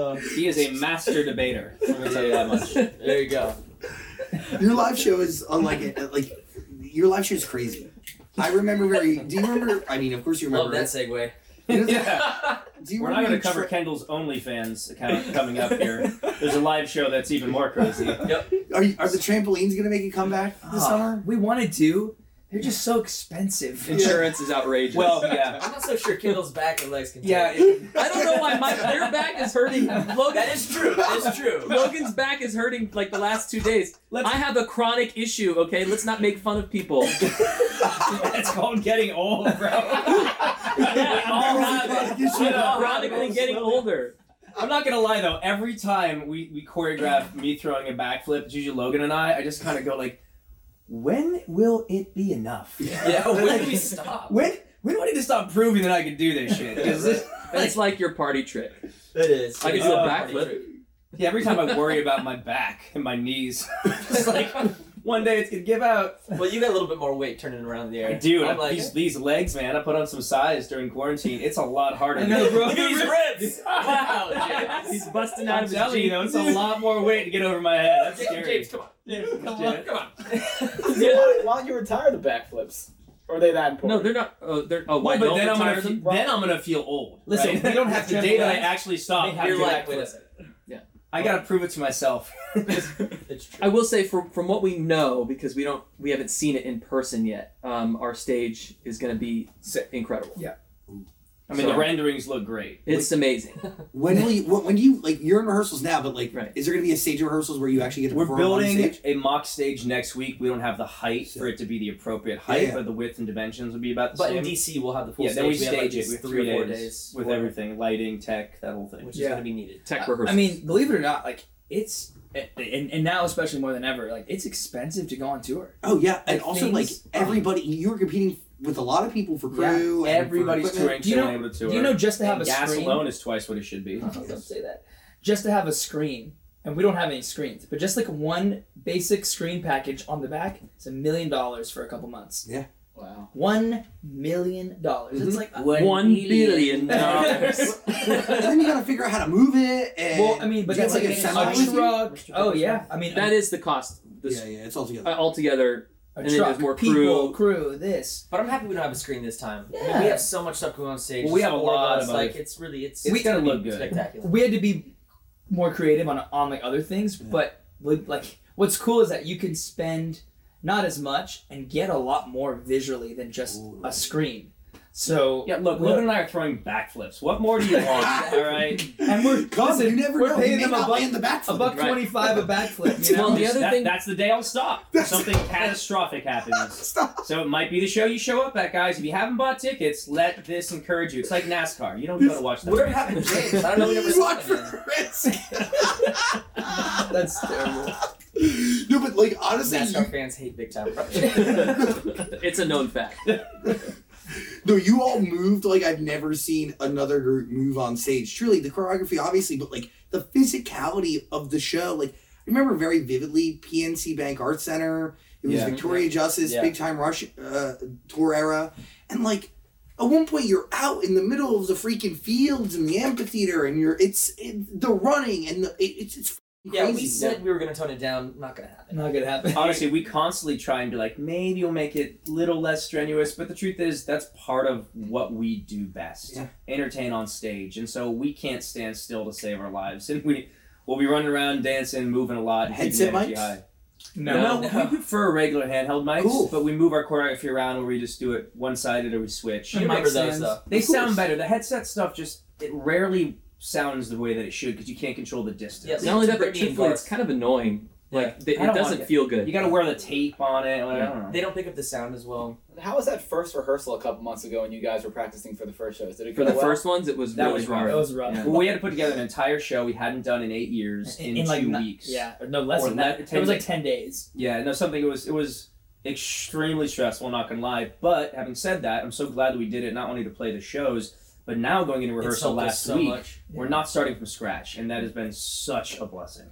H: Oh,
F: He is a master debater. I'm gonna tell you that much.
H: there you go.
B: Your live show is unlike it. uh, Like your live show is crazy. I remember very. Do you remember? I mean, of course you
H: Love
B: remember.
H: that segue.
B: You know,
F: Yeah.
B: Do you
F: We're not
B: remember
F: going to
B: you
F: cover
B: tra-
F: Kendall's OnlyFans account coming up here. There's a live show that's even more crazy.
B: Are, you, are the trampolines going to make a comeback this
G: Ah,
B: summer?
G: we wanted to. They're just so expensive.
D: Insurance is outrageous.
F: Well, yeah.
H: I'm not so sure Kendall's back and legs can. take
F: Yeah,
H: it.
D: I don't know why my your back is hurting. Logan,
H: that is true. That is true.
D: Logan's back is hurting like the last two days.
F: Let's-
D: I have a chronic issue. Okay, let's not make fun of people.
F: It's called getting old, Oh, bro.
D: Yeah,
B: That
D: all
B: was a
D: right.
B: bad addition.
F: Shut up.
D: chronically getting older.
F: I'm not gonna lie though. Every time we we choreograph me throwing a backflip, it's usually Logan and I. I just kind of go like, when will it be enough?
H: Yeah, when do we stop?
F: When when do I need to stop proving that I can do this shit? 'Cause this-
D: It's like your party trick.
H: It is.
D: I can
F: do a
D: backflip.
F: Yeah, every time I worry about my back and my knees, it's like one day it's gonna give out.
H: Well, you got a little bit more weight turning around in the air.
F: I do.
H: I'm
F: and
H: like,
F: these, these legs, man. I put on some size during quarantine. It's a lot harder.
G: I know, bro.
F: Look at these ribs.
H: wow, James.
D: He's busting out
F: I'm
D: of
F: telling
D: his
F: you,
D: jeans.
F: though, it's a lot more weight to get over my head. That's
H: Ja-
F: scary.
H: James, come on.
F: Come on, come on.
I: why, why don't you retire the backflips? Or are they that
D: No,
I: important?
D: they're not. Oh, they're. Oh, why
F: Well, but
D: don't
F: then I'm
D: retire
F: gonna
D: them?
F: fe- then I'm gonna feel old.
G: Listen,
F: right?
G: we don't have
F: the
G: to
F: day that I
G: backflip.
F: actually
H: They
F: stop.
H: have
F: You're
H: to
F: like,
H: backflip.
F: wait a second. I gotta prove it to myself.
H: It's true.
D: I will say, from from what we know, because we don't, we haven't seen it in person yet. Um, our stage is going to be
F: Sick.
D: incredible.
G: Yeah.
F: I mean, the renderings look great.
D: It's amazing.
B: When will you? When, when do you like? You're in rehearsals now, but like,
D: Right.
B: is there going to be a stage of rehearsals where you actually get to
F: We're
B: perform on
F: building
B: stage?
F: a mock stage next week. We don't have the height for it to be the appropriate height,
B: yeah.
F: but the width and dimensions would be about the
H: But
F: same.
H: in DC, we'll have the full
F: yeah,
H: stage.
F: then we
H: We have,
F: stage
H: like,
F: it
H: these
F: with
H: three or four
F: days,
H: days
F: with
H: for-
F: everything, lighting, tech, that whole thing.
H: which
G: Yeah.
H: is going to be needed.
D: Tech
G: I-
D: rehearsal.
G: I mean, believe it or not, like it's and, and now especially more than ever, like it's expensive to go on tour.
B: Oh yeah, and
G: Like,
B: also like
G: things-
B: everybody, you're competing with a lot of people for crew. and for
F: Everybody's
B: equipment.
F: touring,
G: Do you
F: so
G: know-
F: we're able to
G: Do
F: tour.
G: you know just to have
F: And
G: a
F: gas
G: screen?
F: alone is twice what it should be.
G: Oh, don't say that. Just to have a screen, and we don't have any screens, but just like one basic screen package on the back, it's a million dollars for a couple months.
I: Wow.
G: One million dollars. It's like
D: one billion dollars.
B: and then you got to figure out how to move it. And
G: well, I mean, but
B: do you
G: that's
B: have,
G: like,
B: like a semi
G: a,
B: with you?
G: truck. Oh yeah, I mean,
D: that is the cost.
B: Yeah,
D: This
B: yeah, it's all together.
D: uh, altogether.
G: a,
D: and then
G: truck,
D: there's more
G: people, crew, this.
H: But I'm happy we don't have a screen this time. I mean,
G: Yeah.
H: we have so much stuff going on stage.
F: Well, we have a
H: Four of
F: lot
H: us,
F: of
H: like
F: other-
H: it's really it's
F: It's
H: it's
F: gonna
H: gonna
F: look
H: be
F: good.
H: spectacular.
G: We had to be more creative on on like other things, but with, like what's cool is that you can spend not as much and get a lot more visually than just
B: Ooh.
G: a screen. So
F: Yeah, look,
G: we-
F: Logan and I are throwing backflips. What more do you want? All right.
G: and we're
B: Come,
G: listen,
B: you never
G: we're
B: know.
G: paying
B: He
G: them
B: may
G: a
B: not
G: buck,
B: land the backflip.
G: a buck
F: Right.
G: twenty five a backflip. You know?
D: Well, the other
F: That-
D: thing-
F: that's the day I'll stop. Something catastrophic happens.
B: Stop.
F: So it might be the show you show up at, guys. If you haven't bought tickets, let this encourage you. It's like NASCAR. You don't go to watch that.
H: Whatever
F: race.
H: happened to James? I don't know. We never
B: You
H: saw
B: watch
H: him. again.
B: for risk.
G: that's terrible.
B: No, but like honestly, you,
H: NASCAR fans hate big time projects.
D: It's a known fact.
B: no, you all moved like I've never seen another group move on stage. Truly, the choreography, obviously, but like the physicality of the show. Like I remember very vividly PNC Bank Art Center. It was
F: Yeah.
B: Victoria Justice,
H: Yeah.
B: Big Time Rush uh, tour era, and like. At one point, you're out in the middle of the freaking fields in the amphitheater, and you're it's it, the running and the it, it's it's
H: yeah, we
B: crazy.
H: said we were gonna tone it down. Not gonna happen.
G: Not gonna happen.
F: Honestly, we constantly try and be like, maybe we'll make it a little less strenuous, but the truth is, that's part of what we do best
B: Yeah.
F: entertain on stage. And so we can't stand still to save our lives. And we, we'll be running around, dancing, moving a lot. and keeping
B: Headset
F: the energy
B: mics?
F: high.
G: no.
F: we prefer regular handheld mics,
B: Cool.
F: but we move our choreography around where we just do it one sided or we switch.
H: You
G: It
H: remember
G: makes
H: those
G: sense.
H: though?
F: They
B: Of course.
F: sound better. The headset stuff just it rarely sounds the way that it should because you can't control the distance.
H: Yeah.
D: Not only that,
H: Britney
D: but
H: and
D: truthfully, it's
H: Garth.
D: kind of annoying. Like th-
F: I
D: it
F: don't
D: doesn't
F: like it.
D: feel good.
F: You got to wear the tape on it. Like, I don't know.
H: They don't pick up the sound as well.
I: How was that first rehearsal a couple months ago when you guys were practicing for the first shows? Did it
D: For
I: go
D: the
I: well?
D: first ones, it was
F: That
D: really
F: was
D: hard.
H: Oh,
G: That was rough.
D: Yeah.
F: Well, we had to put together an entire show we hadn't done in eight years in,
G: like
F: two
G: ni-
F: weeks.
G: Yeah, or no less
F: Or
G: than
F: le-
G: that. It
F: ten
G: was like
F: days.
G: ten days.
F: yeah. No, something. It was it was extremely stressful. Not gonna lie. But having said that, I'm so glad that we did it. Not only to play the shows, but now going into rehearsal
H: helped
F: last
H: us so
F: week,
H: much.
F: we're not starting from scratch, and that has been such a blessing.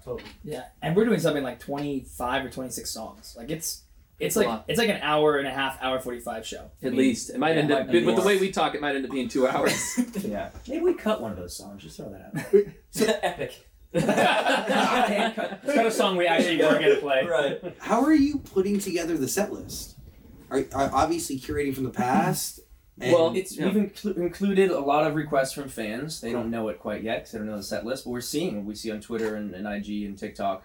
G: Yeah, and we're doing something like twenty five or twenty six songs. Like it's it's
D: a
G: like
D: lot.
G: it's like an hour and a half, hour forty five show.
D: At least it might
F: yeah,
D: end
F: it
D: up
F: might be
D: with the
F: more.
D: way we talk. It might end up being two hours.
F: Yeah. Maybe we cut one of those songs. Just throw that out.
H: Epic.
F: Can't cut, cut a song we actually were gonna play.
H: Right.
B: How are you putting together the set list? Are, are obviously curating from the past. And
D: Well,
F: It's
D: Yeah.
F: we've inclu- included a lot of requests from fans. They don't know it quite yet because they don't know the set list, but we're seeing what we see on Twitter and, and IG and TikTok.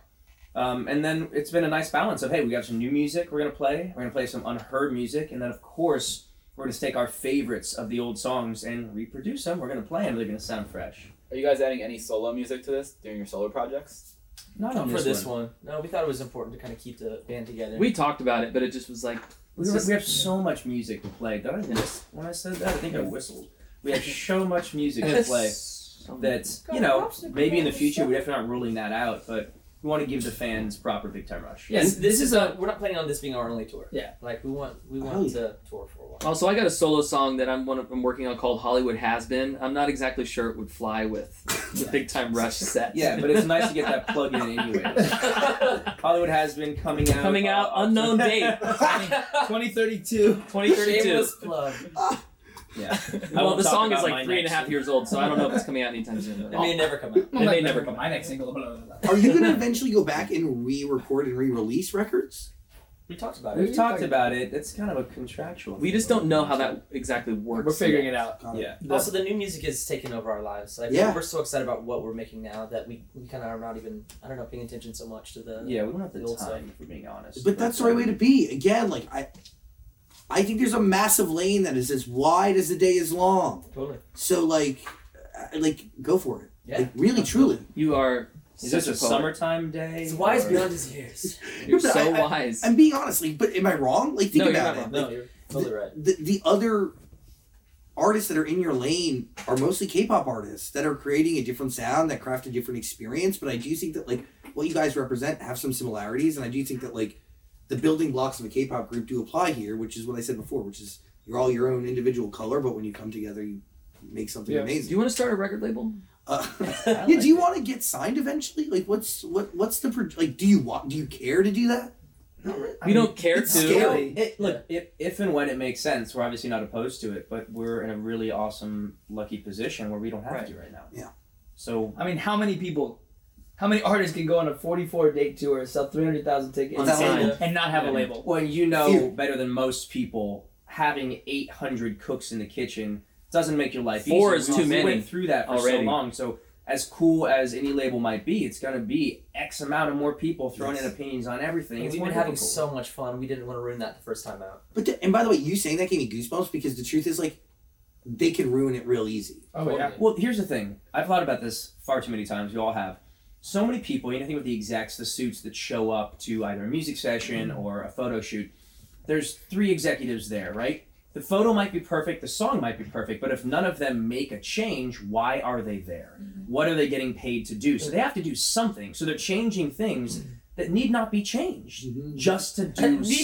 F: Um, and then it's been a nice balance of hey, we got some new music we're gonna play. We're gonna play some unheard music, and then of course we're gonna take our favorites of the old songs and reproduce them. We're gonna play them. They're gonna sound fresh.
I: Are you guys adding any solo music to this? Doing your solo projects?
F: Not
H: Not
F: on
H: for
F: this,
H: this one. No, we thought it was important to kind of keep the band together.
D: we talked about it, but it just was like
F: We, were- we have so much music to play. Did I whist- when I said that? I think I whistled. We have so much music to play.
D: Oh,
F: that you know maybe in the future we're definitely not ruling that out, but we want to give the fans proper big time rush.
H: Yes, this is a. We're not planning on this being our only tour.
G: Yeah.
H: Like we want, we want
B: Oh.
H: to tour for a while.
D: Also, I got a solo song that I'm one of, I'm working on called Hollywood Has Been. I'm not exactly sure it would fly with the Big Time Rush set.
F: Yeah, but it's nice to get that plug in anyways. Hollywood has been coming out.
D: Coming out
F: uh,
D: unknown date,
G: Twenty thirty two.
D: 2032.
H: Shameless plug.
F: yeah. I
D: Well,
F: won't
D: the
F: talk
D: song is
F: about
D: like
F: my
D: three and a
F: next
D: half years old, so I don't know if it's coming out anytime soon.
H: It may never come out.
D: It may never come
G: My next single. Blah, blah, blah.
B: are you going to eventually go back and re-record and re-release records?
H: We talked about
F: We've
H: it.
F: talked about it. It's kind of a contractual.
D: We
F: thing.
D: just don't know how that exactly works.
G: We're figuring
D: yet.
G: it out.
F: Yeah.
H: Also, the new music is taking over our lives. Like
B: Yeah.
H: we're so excited about what we're making now that we, we kind of are not even I don't know paying attention so much to the.
F: Yeah, we don't have
H: The
F: the
H: old
F: time
H: song.
F: if we're being honest.
B: But that's the right way to be. Again, like I, I think there's a massive lane that is as wide as the day is long.
H: Totally.
B: So like, uh, like go for it.
H: Yeah.
B: Like really, truly.
D: You are.
F: Is this
D: such
F: a
D: poet.
F: summertime day?
H: He's wise
F: or-
H: beyond his years.
D: You're
B: No, but
D: so
B: I- I-
D: wise.
B: I'm being honest. Like, but am I wrong? Like, think
D: No, you're
B: about
D: not
B: it.
D: wrong.
H: No, you're totally right.
B: the, the other artists that are in your lane are mostly K-pop artists that are creating a different sound that craft a different experience. But I do think that like what you guys represent have some similarities, and I do think that like the building blocks of a K-pop group do apply here, which is what I said before, which is you're all your own individual color, but when you come together, you make something
I: Yeah.
D: Do
B: amazing.
D: you want to start a record label?
B: Uh,
F: I
B: yeah, do you
F: like
B: want to get signed eventually? Like, what's what what's the pro- like? Do you want? Do you care to do that?
D: We don't care
B: it's
D: to.
B: scary.
F: It, look, if, if and when it makes sense, we're obviously not opposed to it, but we're in a really awesome, lucky position where we don't have
D: Right.
F: to right now.
B: Yeah.
F: So
G: I mean, how many people, how many artists can go on a forty four date tour, sell three hundred thousand tickets,
D: Unsigned.
G: and, and not have a label?
F: when you know
B: Phew.
F: better than most people, having 800 cooks in the kitchen doesn't make your life
D: Four
F: easier.
D: is
F: We
D: too many
F: went through that for
D: already.
F: so long. So as cool as any label might be, it's going to be X amount of more people throwing in
B: Yes.
F: opinions on everything.
H: And
F: It's
H: we've
F: more
H: been having
F: difficult.
H: so much fun. We didn't want to ruin that the first time out.
B: But the, and by the way, you saying that gave me goosebumps because the truth is like they can ruin it real easy.
G: Oh, yeah.
F: Well, here's the thing. I've thought about this far too many times. We all have. So many people, you know, think of the execs, the suits that show up to either a music
H: Mm-hmm.
F: session or a photo shoot. There's three executives there, right? The photo might be perfect, the song might be perfect, but if none of them make a change, why are they there?
H: Mm-hmm.
F: What are they getting paid to do? So they have to do something. So they're changing things that need not be changed just to do something.
H: Mm-hmm. need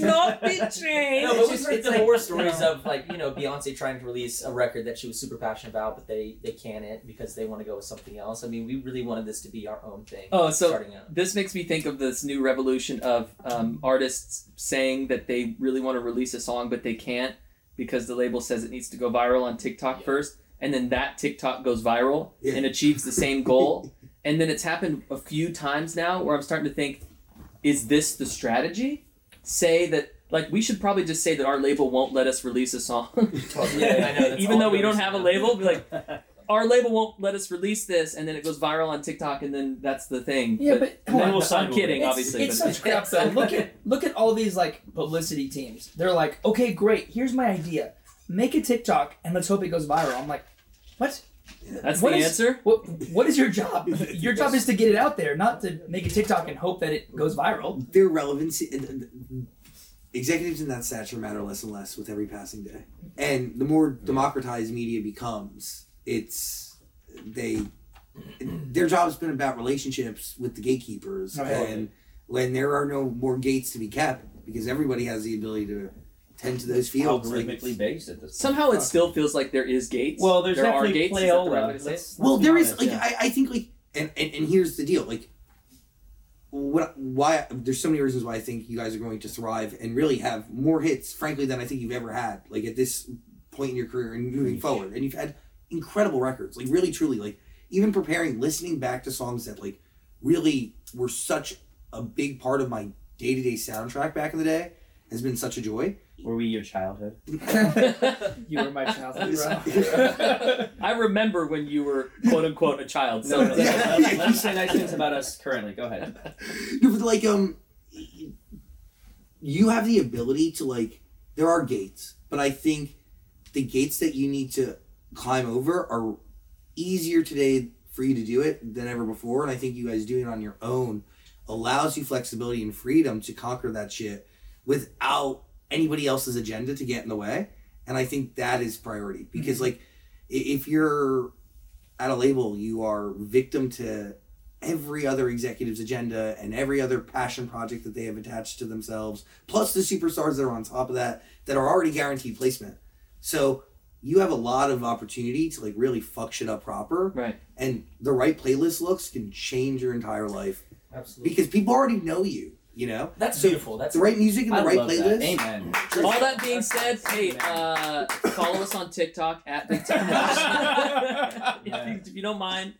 H: not be changed. No,
F: It's
H: but we've
F: just-
H: heard
F: it's
H: the
F: like-
H: horror stories
F: no.
H: of like you know Beyonce trying to release a record that she was super passionate about, but they they can't it because they want to go with something else. I mean, we really wanted this to be our own thing.
D: Oh, so-
H: starting out.
D: This makes me think of this new revolution of um, artists saying that they really want to release a song, but they can't because the label says it needs to go viral on TikTok first, and then that TikTok goes viral
B: Yeah.
D: and achieves the same goal. and then it's happened a few times now where I'm starting to think, is this the strategy? Say that. Like we should probably just say that our label won't let us release a song,
H: Totally. Yeah, I know, that's
D: even
H: all
D: though we
H: it
D: don't
H: is.
D: have a label. Be like, our label won't let us release this, and then it goes viral on TikTok, and then that's the thing.
G: Yeah, but
D: Come
F: Then
D: on,
F: we'll
D: I'm
F: sign with
D: kidding,
F: it.
G: It's-
D: obviously.
G: It's,
D: but
G: such crap though. Look at look at all these like publicity teams. They're like, okay, great. Here's my idea. Make a TikTok and let's hope it goes viral. I'm like, what?
D: that's
G: What
D: the
G: is-
D: answer.
G: What? What is your job? Your job is to get it out there, not to make a TikTok and hope that it goes viral.
B: Their relevancy, and- and- and executives in that stature matter less and less with every passing day. And the more democratized media becomes, it's they their job has been about relationships with the gatekeepers,
G: Oh, yeah.
B: and when there are no more gates to be kept, because everybody has the ability to tend to those fields. like-
F: algorithmically based at this point.
D: Somehow it still feels like there is gates.
F: Well, there's
D: there are
F: definitely
D: gates. is that the right way to
F: Playola.
D: say it?
F: Let's-
B: Well,
F: let's be
B: there is
F: honest,
B: like
F: yeah.
B: I, I think like and, and and here's the deal like what why there's so many reasons why I think you guys are going to thrive and really have more hits frankly than I think you've ever had like at this point in your career and moving forward and you've had incredible records like really truly like even preparing listening back to songs that like really were such a big part of my day-to-day soundtrack back in the day has been such a joy
F: Were we your childhood?
G: You were my childhood
B: bro.
D: I remember when you were quote unquote a child. So
F: No, no, no, no,
B: Yeah.
F: no. Let's say nice things about us currently. Go ahead.
B: No, but like um, you have the ability to like. There are gates, but I think the gates that you need to climb over are easier today for you to do it than ever before. And I think you guys doing it on your own allows you flexibility and freedom to conquer that shit without anybody else's agenda to get in the way. And I think that is priority because like i- if you're at a label, you are victim to every other executive's agenda and every other passion project that they have attached to themselves, plus the superstars that are on top of that that are already guaranteed placement. So you have a lot of opportunity to like really fuck shit up proper.
D: Right.
B: And the right playlist looks can change your entire life
H: Absolutely.
B: because people already know you, you know?
H: That's
B: So
H: beautiful. That's
B: The right music and the
F: I
B: right
F: love
B: playlist.
F: that. Amen.
D: all that being said, hey, uh, follow us on TikTok at Big Time Rush. if, you, if you don't mind,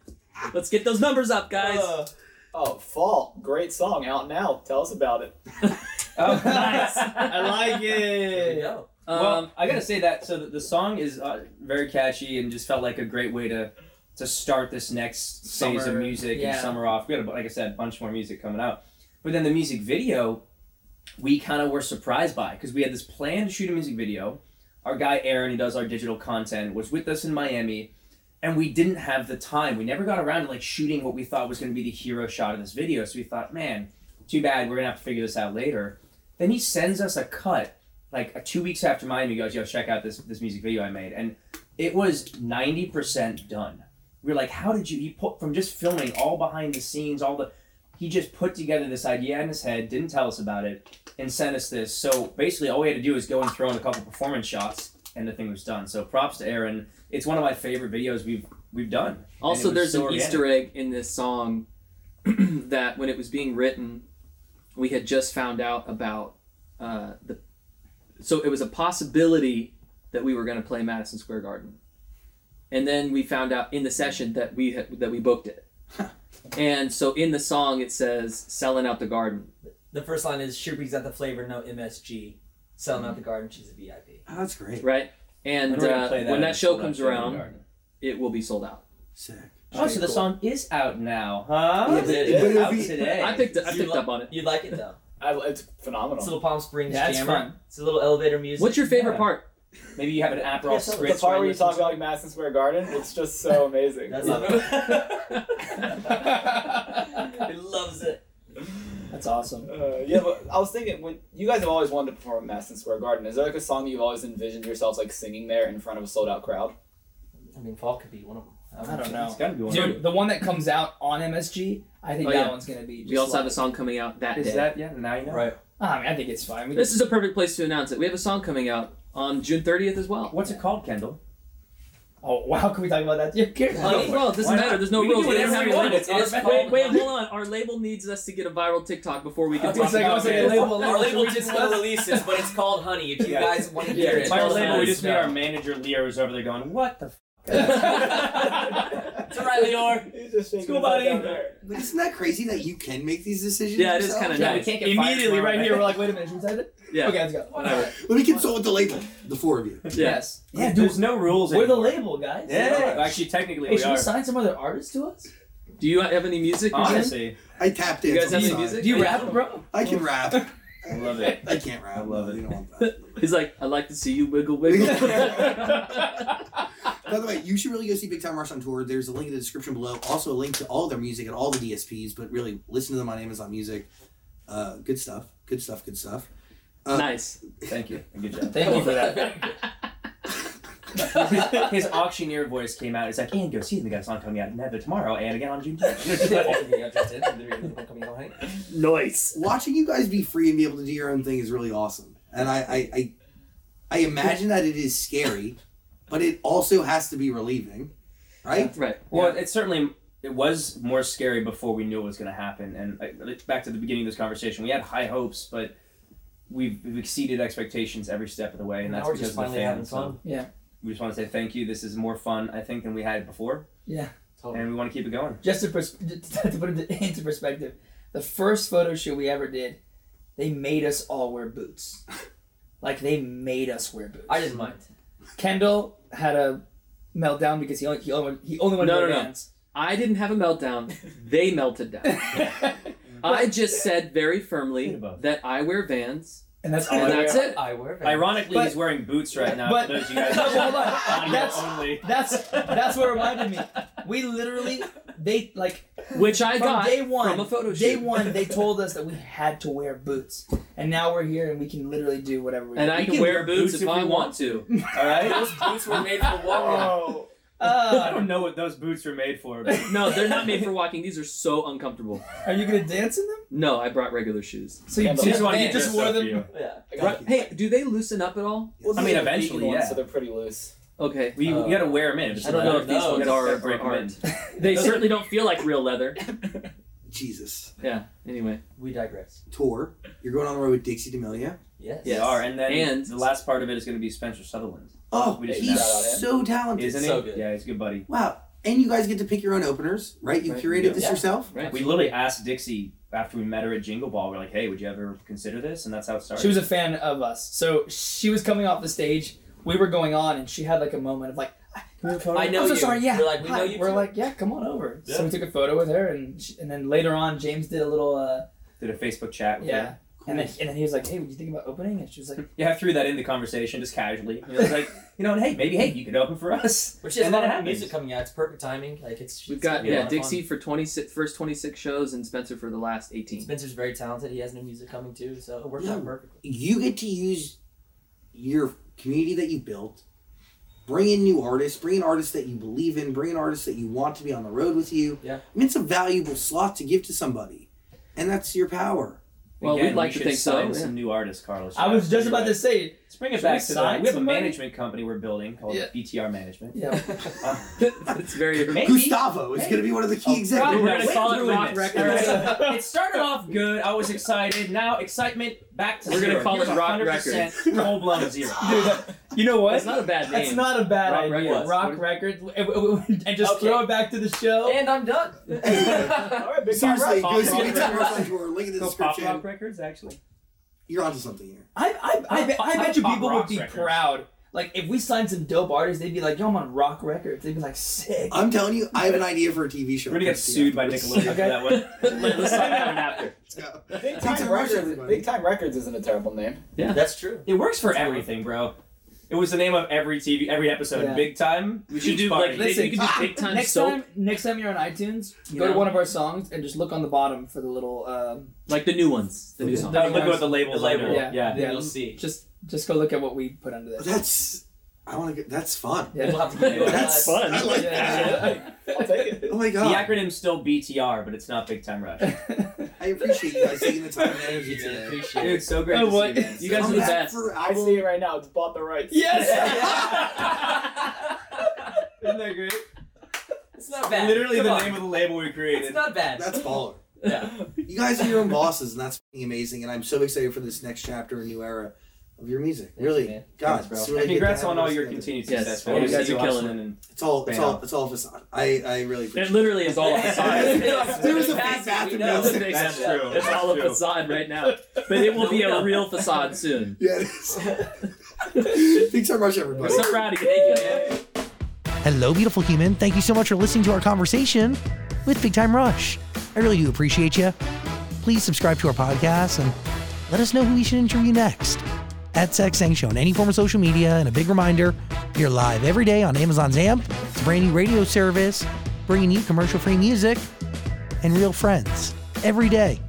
D: let's get those numbers up, guys.
I: Uh, oh, Fall. Great song. Out now. Tell us about it.
F: Oh,
D: Nice.
F: I like
H: There we
F: it.
H: go.
D: um,
F: well, I gotta say that. So the, the song is uh, very catchy and just felt like a great way to to start this next phase of
H: Summer,
F: music
H: yeah.
F: and summer off. We had, a bu- like I said, a bunch more music coming out. But then the music video, we kind of were surprised by because we had this plan to shoot a music video. Our guy Aaron, who does our digital content, was with us in Miami, and we didn't have the time. We never got around to like shooting what we thought was going to be the hero shot of this video. So we thought, man, too bad. We're gonna have to figure this out later. Then he sends us a cut like uh, two weeks after Miami. He goes, yo, check out this this music video I made, and it was ninety percent done. We were like, how did you? He put from just filming all behind the scenes, all the. He just put together this idea in his head, didn't tell us about it, and sent us this. So basically, all we had to do is go and throw in a couple performance shots, and the thing was done. So props to Aaron. It's one of my favorite videos we've we've done. And it
D: Also,
F: was
D: there's
F: so
D: an
F: organic.
D: Easter egg in this song that when it was being written, we had just found out about uh, the. So it was a possibility that we were going to play Madison Square Garden, and then we found out in the session that we had, that we booked it. And so in the song it says selling out the garden.
H: The first line is she brings out the flavor, no MSG. Selling out the garden, she's a VIP.
B: Oh, that's great.
D: Right? And
F: When we're gonna
D: uh,
F: play
D: when
F: in
D: that
F: the
D: show
F: Soul
D: comes
F: Garden.
D: around, it will be sold out.
B: Sick.
F: Oh, so the song is out now, huh?
H: Yeah, but it-
F: It's
B: but it'll
F: out
B: be-
F: today.
D: I picked I
H: You
D: picked
H: lo-
D: up on it.
H: You'd like it though.
I: I, it's phenomenal.
H: It's a little Palm Springs
G: Yeah, it's
H: jammer.
G: fun.
H: It's a little elevator music.
D: What's your favorite
F: Yeah.
D: part?
F: Maybe you have an Aperol
I: Yeah, so
F: Spritz.
I: the part
F: while
I: where you
F: listen
I: talk
F: to-
I: about like Madison Square Garden, it's just so amazing.
H: That's
I: Yeah.
H: He loves it.
G: That's awesome.
I: Uh, yeah, but I was thinking when you guys have always wanted to perform at Madison Square Garden. Is there like a song you've always envisioned yourselves like singing there in front of a sold out crowd?
H: I mean, Fall could be one of them.
G: I don't know.
F: It's gotta be one. of
G: Dude, the one that comes out on MSG, I think
D: Oh,
G: that
D: yeah.
G: one's gonna be. Just
D: We also
G: like,
D: have a song coming out that
F: them.
D: day.
F: Is that yeah? Now you know.
E: Right.
G: I mean, I think it's fine. We
D: This is a perfect place to announce it. We have a song coming out on June 30th as well.
F: What's it called, Kendall?
G: oh wow, can we talk about that? Yeah, here-
D: Uh, well, it doesn't
F: Why not?
D: matter. There's no
F: We can
D: rules.
F: do
D: We don't
F: whatever
D: have
F: we
D: any
F: want.
D: limits.
F: It's
D: It is-
F: our
D: wait,
F: record.
D: wait, hold on. Our label needs us to get a viral TikTok before we can
F: It's
D: talk
F: like-
D: about
F: it's like
D: it.
F: a label-
H: Our label didn't want to release this, but it's called Honey. If you
F: Yeah.
H: guys want to hear it,
D: It's
F: By
D: all
F: our
H: it's
F: label,
D: about
F: we just made
D: stuff.
F: our manager Leo is over there going, "What the? F-?
H: It's all right, Leor.
I: He's just shaking
F: School
I: his head
F: buddy.
I: down there.
B: Like, isn't that crazy that you can make these decisions?
D: Yeah, it is
B: yourself?
D: kind of
G: Yeah, we
D: nice.
G: can't get fired
F: Immediately,
G: tomorrow,
F: right here, we're like,
G: Like, wait a minute, should we say that?
D: Yeah.
G: Okay, let's go.
D: Whatever.
B: Let me consult with the label. The four of you.
D: Yeah.
G: Yes.
F: yeah, there's no rules.
G: We're the
F: anymore.
G: label guys.
F: Yeah, actually, technically,
G: Hey,
F: we
G: should
F: are.
G: we sign some other artist to us?
D: Do you have any music? or something?
F: Honestly,
B: I tap
D: You
B: dance. on
D: guys have
B: the
D: any
B: side.
D: music?
G: Do you rap, bro?
B: I can rap.
F: I love it.
B: I can't rap.
F: I love it.
B: You don't want that.
D: He's like, I'd like to see you wiggle wiggle.
B: By the way, you should really go see Big Time Rush on tour. There's a link in the description below. Also, a link to all their music at all the DSPs, but really listen to them on Amazon Music. Uh, good stuff. Good stuff. Good stuff. Uh,
D: nice.
F: Thank you. Good job.
G: Thank you for that.
F: His auctioneer voice came out. It's like, and go see the guy's song coming out neither tomorrow and again on June
H: Everything I just did, the reason I'm coming out, honey.
D: Nice.
B: Watching you guys be free and be able to do your own thing is really awesome. And I, I, I, I imagine that it is scary, but it also has to be relieving, right?
D: Right.
F: Well, it certainly it was more scary before we knew it was going to happen. And I- like, back to the beginning of this conversation, we had high hopes, but we've, we've exceeded expectations every step of the way, and
H: now
F: that's
H: we're
F: because
H: just
F: of the
H: finally having
F: fans.
H: fun.
F: So we just want to say thank you. This is more fun, I think, than we had before,
H: Totally.
F: and we want to keep it going.
G: Just to, pers- to put it into perspective, the first photo shoot we ever did, they made us all wear boots. Like they made us wear boots.
H: I didn't mind.
G: Kendall had a meltdown because he only he only he only wanted
D: No,
G: to wear
D: no, no.
G: bands.
D: I didn't have a meltdown. They melted down. I just said very
F: Think
D: firmly
F: about it.
D: that I wear Vans,
G: and
F: Oh,
G: that's all.
D: and
G: I
D: that's it.
H: I wear Vans.
F: Ironically,
G: But-
F: he's wearing boots right now.
G: but-
F: for those of you guys
G: Hold on,
F: audio
G: that's-
F: only.
G: That's that's what reminded me. We literally they like
D: which I
G: from
D: got
G: day one
D: from a photo shoot.
G: Day one they told us that we had to wear boots. And now we're here and we can literally do whatever we
D: And
G: want.
D: I
F: We
D: can,
F: can
D: wear
F: wear
D: boots,
F: boots
D: if,
F: if we
D: I want
F: want
D: to.
F: All right.
H: Those boots were made for walking.
I: Oh,
F: I
G: Uh,
F: don't know what those boots were made for. But
D: No, they're not made for walking. These are so uncomfortable.
G: are you gonna dance in them?
D: No, I brought regular shoes.
G: So you
I: Yeah, but
G: just,
F: Here's one,
G: you
F: he
G: just
F: dressed
G: wore
F: up for
G: them.
F: you.
H: Yeah. I got
D: Right. Hey, do they loosen up at all?
I: Well,
F: I
I: these
F: mean,
I: are vegan
F: eventually,
I: ones,
F: yeah.
I: So they're pretty loose.
D: Okay.
F: We,
H: Uh,
F: you gotta wear them in. If it's
H: I don't
F: leather,
H: know if these
F: you
H: ones
F: gotta
D: are-
F: break 'em
D: are
F: in.
D: They certainly don't feel like real leather.
B: Jesus.
D: Yeah. Anyway.
H: We digress.
B: Tour. You're going on the road with Dixie D'Amelio.
H: Yes.
F: They
D: Yes.
F: are, and then
D: And-
F: the last part of it is going to be Spencer Sutherland,
B: Oh,
F: We just
B: he's
I: shout out him.
B: so talented.
F: isn't
H: So
F: he?
H: good.
F: Yeah, he's a good buddy.
B: Wow. And you guys get to pick your own openers, right? You
D: Right.
B: curated
F: Yeah.
B: this
H: Yeah.
B: yourself?
D: Right.
F: We literally asked Dixie after we met her at Jingle Ball. We're like, "Hey, would you ever consider this?" And that's how it started.
G: She was a fan of us. So she was coming off the stage, we were going on and she had like a moment of like "Ah,
H: I know
G: I'm so
H: you.
G: sorry. Yeah,
H: We're like, we
G: hi.
H: know you.
G: We're
H: too.
G: like, yeah, come on over.
I: Yeah.
G: So we took a photo with her, and she, and then later on, James did a little, uh,
F: did a Facebook chat. With
G: yeah,
F: her.
G: and then and then he was like, hey, what do you think about opening? And she was like,
F: yeah, I threw that in the conversation just casually. You know, it's like, you know, and hey, maybe hey, you could open for us.
H: But she has
F: And
H: a
F: then
H: lot
F: it
H: of
F: happens.
H: music coming out. It's perfect timing. Like it's.
D: We've
H: it's
D: got
H: gonna be a lot
D: yeah
H: of fun.
D: Dixie for 26 first 26 shows and Spencer for the last 18.
H: Spencer's very talented. He has new music coming too, so it worked
B: Yeah.
H: out perfectly.
B: You get to use your community that you built, bring in new artists, bring in artists that you believe in, bring in artists that you want to be on the road with you.
H: Yeah.
B: I mean, it's a valuable slot to give to somebody, and that's your power.
D: Well,
F: Again,
D: we'd like
F: we
D: to
F: should
D: think so.
F: sign
D: yeah.
F: Some new artists, Carlos.
G: I was just about to say,
F: Let's bring it
G: Should we
F: back to that.
G: sign
F: We have a
G: somebody?
F: management company we're building called
G: Yeah.
F: BTR Management. Uh,
G: yeah,
D: it's very
F: Maybe.
B: Gustavo is
F: Hey.
B: going to be one of the key
F: Oh,
B: executives.
F: God,
D: We're gonna
F: Wait,
D: call it
F: ruin
D: Rock
F: this.
D: Records.
F: it started off good. I was excited. Now excitement back to
D: We're gonna
F: zero.
D: call it Rock
F: Full blown zero.
G: dude, that- you know what?
D: That's not a bad
G: That's
D: name.
G: not a bad
D: Rock
G: idea.
D: Records.
G: Rock
D: What-
G: record, and just
H: Okay.
G: throw it back to the show.
H: And I'm done.
I: All right, big
B: Seriously,
F: Pop
B: go
F: Rock
B: see Big Time Rush
H: Records.
B: on tour. Link in the
F: Go pop
B: description.
F: rock records actually.
B: You're onto something here.
G: I, I, I, bet, I bet you
F: Pop
G: people would
F: Rocks
G: be
F: records.
G: proud. Like if we signed some dope artists, they'd be like, "Yo, I'm on Rock Records." They'd be like, "Sick."
B: I'm telling you, I have an idea for a TV show.
F: We're gonna get sued by Nickelodeon for that one.
D: Let's talk about it after.
I: Big
B: Pizza
I: time
B: Rush,
I: records.
B: everybody.
I: Big time records isn't a terrible name.
H: That's true.
F: It works for everything, bro. It was the name of every TV, every episode.
G: Yeah.
F: Big time.
D: We should do like
G: Listen, ah,
D: we could do big time
G: next
D: soap,
G: time, next time you're on iTunes,
D: You
G: go to
D: know?
G: one of our songs and just look on the bottom for the little. Um,
D: like the new ones, the new
G: Yeah.
D: songs.
G: That-
F: Uh, look at the labels.
H: The label,
F: under it.
G: yeah,
F: yeah.
G: yeah.
H: You'll see.
G: Just, just go look at what we put under that.
B: That's I want to get. That's fun.
G: Yeah.
H: We'll have to keep doing
B: That's
H: that.
B: fun. I like
H: Yeah.
B: that.
I: I'll take it.
B: Oh my
F: The
B: god!
F: acronym's still BTR, but it's not Big Time Rush.
B: I appreciate you guys taking the time and energy
H: Yeah,
B: today.
H: appreciate
F: Dude,
H: it.
F: so great
G: Oh,
F: to
G: what-
F: see you, man.
D: You guys are
B: Come
D: the
B: back
D: best.
B: for
I: I
B: album-
I: see it right now. It's bought the rights.
F: Isn't that great?
H: it's not bad.
F: Literally
H: Come
F: the
H: on.
F: name of the label we created.
H: It's not bad.
B: That's baller.
H: yeah.
B: You guys are your own bosses, and that's fucking amazing. And I'm so excited for this next chapter and new era of your music. really,
H: man.
B: God,
H: Thanks, bro.
B: it's
F: And
B: really good to
F: congrats
B: have
F: on
B: you
F: all
B: guys
F: your
B: together.
F: continued
D: Yes.
F: success.
D: Yeah,
F: man.
D: you
F: Good to
D: guys
F: see
D: are
F: hustling
D: killing
F: and-
B: It's all, it's
F: Bam.
B: all, it's all facade. I, I really
D: It
B: appreciate. it.
D: literally is all a facade.
B: There was a big bathroom
H: No,
D: That's
B: downstairs.
D: big
F: That's
D: facade.
F: true.
D: It's all a
F: That's true.
D: facade right now, but it will be a real facade soon.
B: Yeah, it is. Thanks so much, everybody.
D: We're so proud of you. Thank you, man.
A: Hello, beautiful human. Thank you so much for listening to our conversation with Big Time Rush. I really do appreciate you. Please subscribe to our podcast and let us know who we should interview next. At Sex Sang Show on any form of social media. And a big reminder you're live every day on Amazon's AMP. It's a brand new radio service bringing you commercial free music and real friends every day.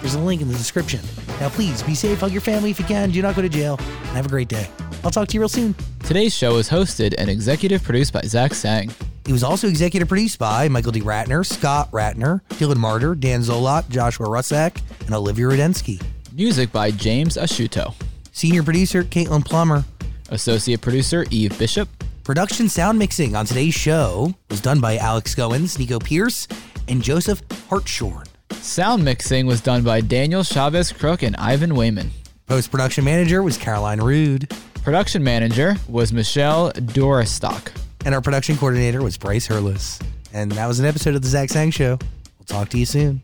A: There's a link in the description. Now, please be safe, hug your family if you can, do not go to jail, and have a great day. I'll talk to you real soon.
J: Today's show was hosted and executive produced by Zach Sang.
A: It was also executive produced by Michael D. Ratner, Scott Ratner, Dylan Martyr, Dan Zolot, Joshua Rusak, and Olivia Rudensky.
J: Music by James Ashuto.
A: Senior producer Caitlin Plummer.
J: Associate producer Eve Bishop.
A: Production sound mixing on today's show was done by Alex Goins, Nico Pierce, and Joseph Hartshorn.
J: Sound mixing was done by Daniel Chavez Crook and Ivan Wayman.
A: Post production manager was Caroline Rude,
J: Production manager was Michelle Dorostock.
A: and our production coordinator was Bryce Hurlis. And that was an episode of The Zach Sang Show. We'll talk to you soon.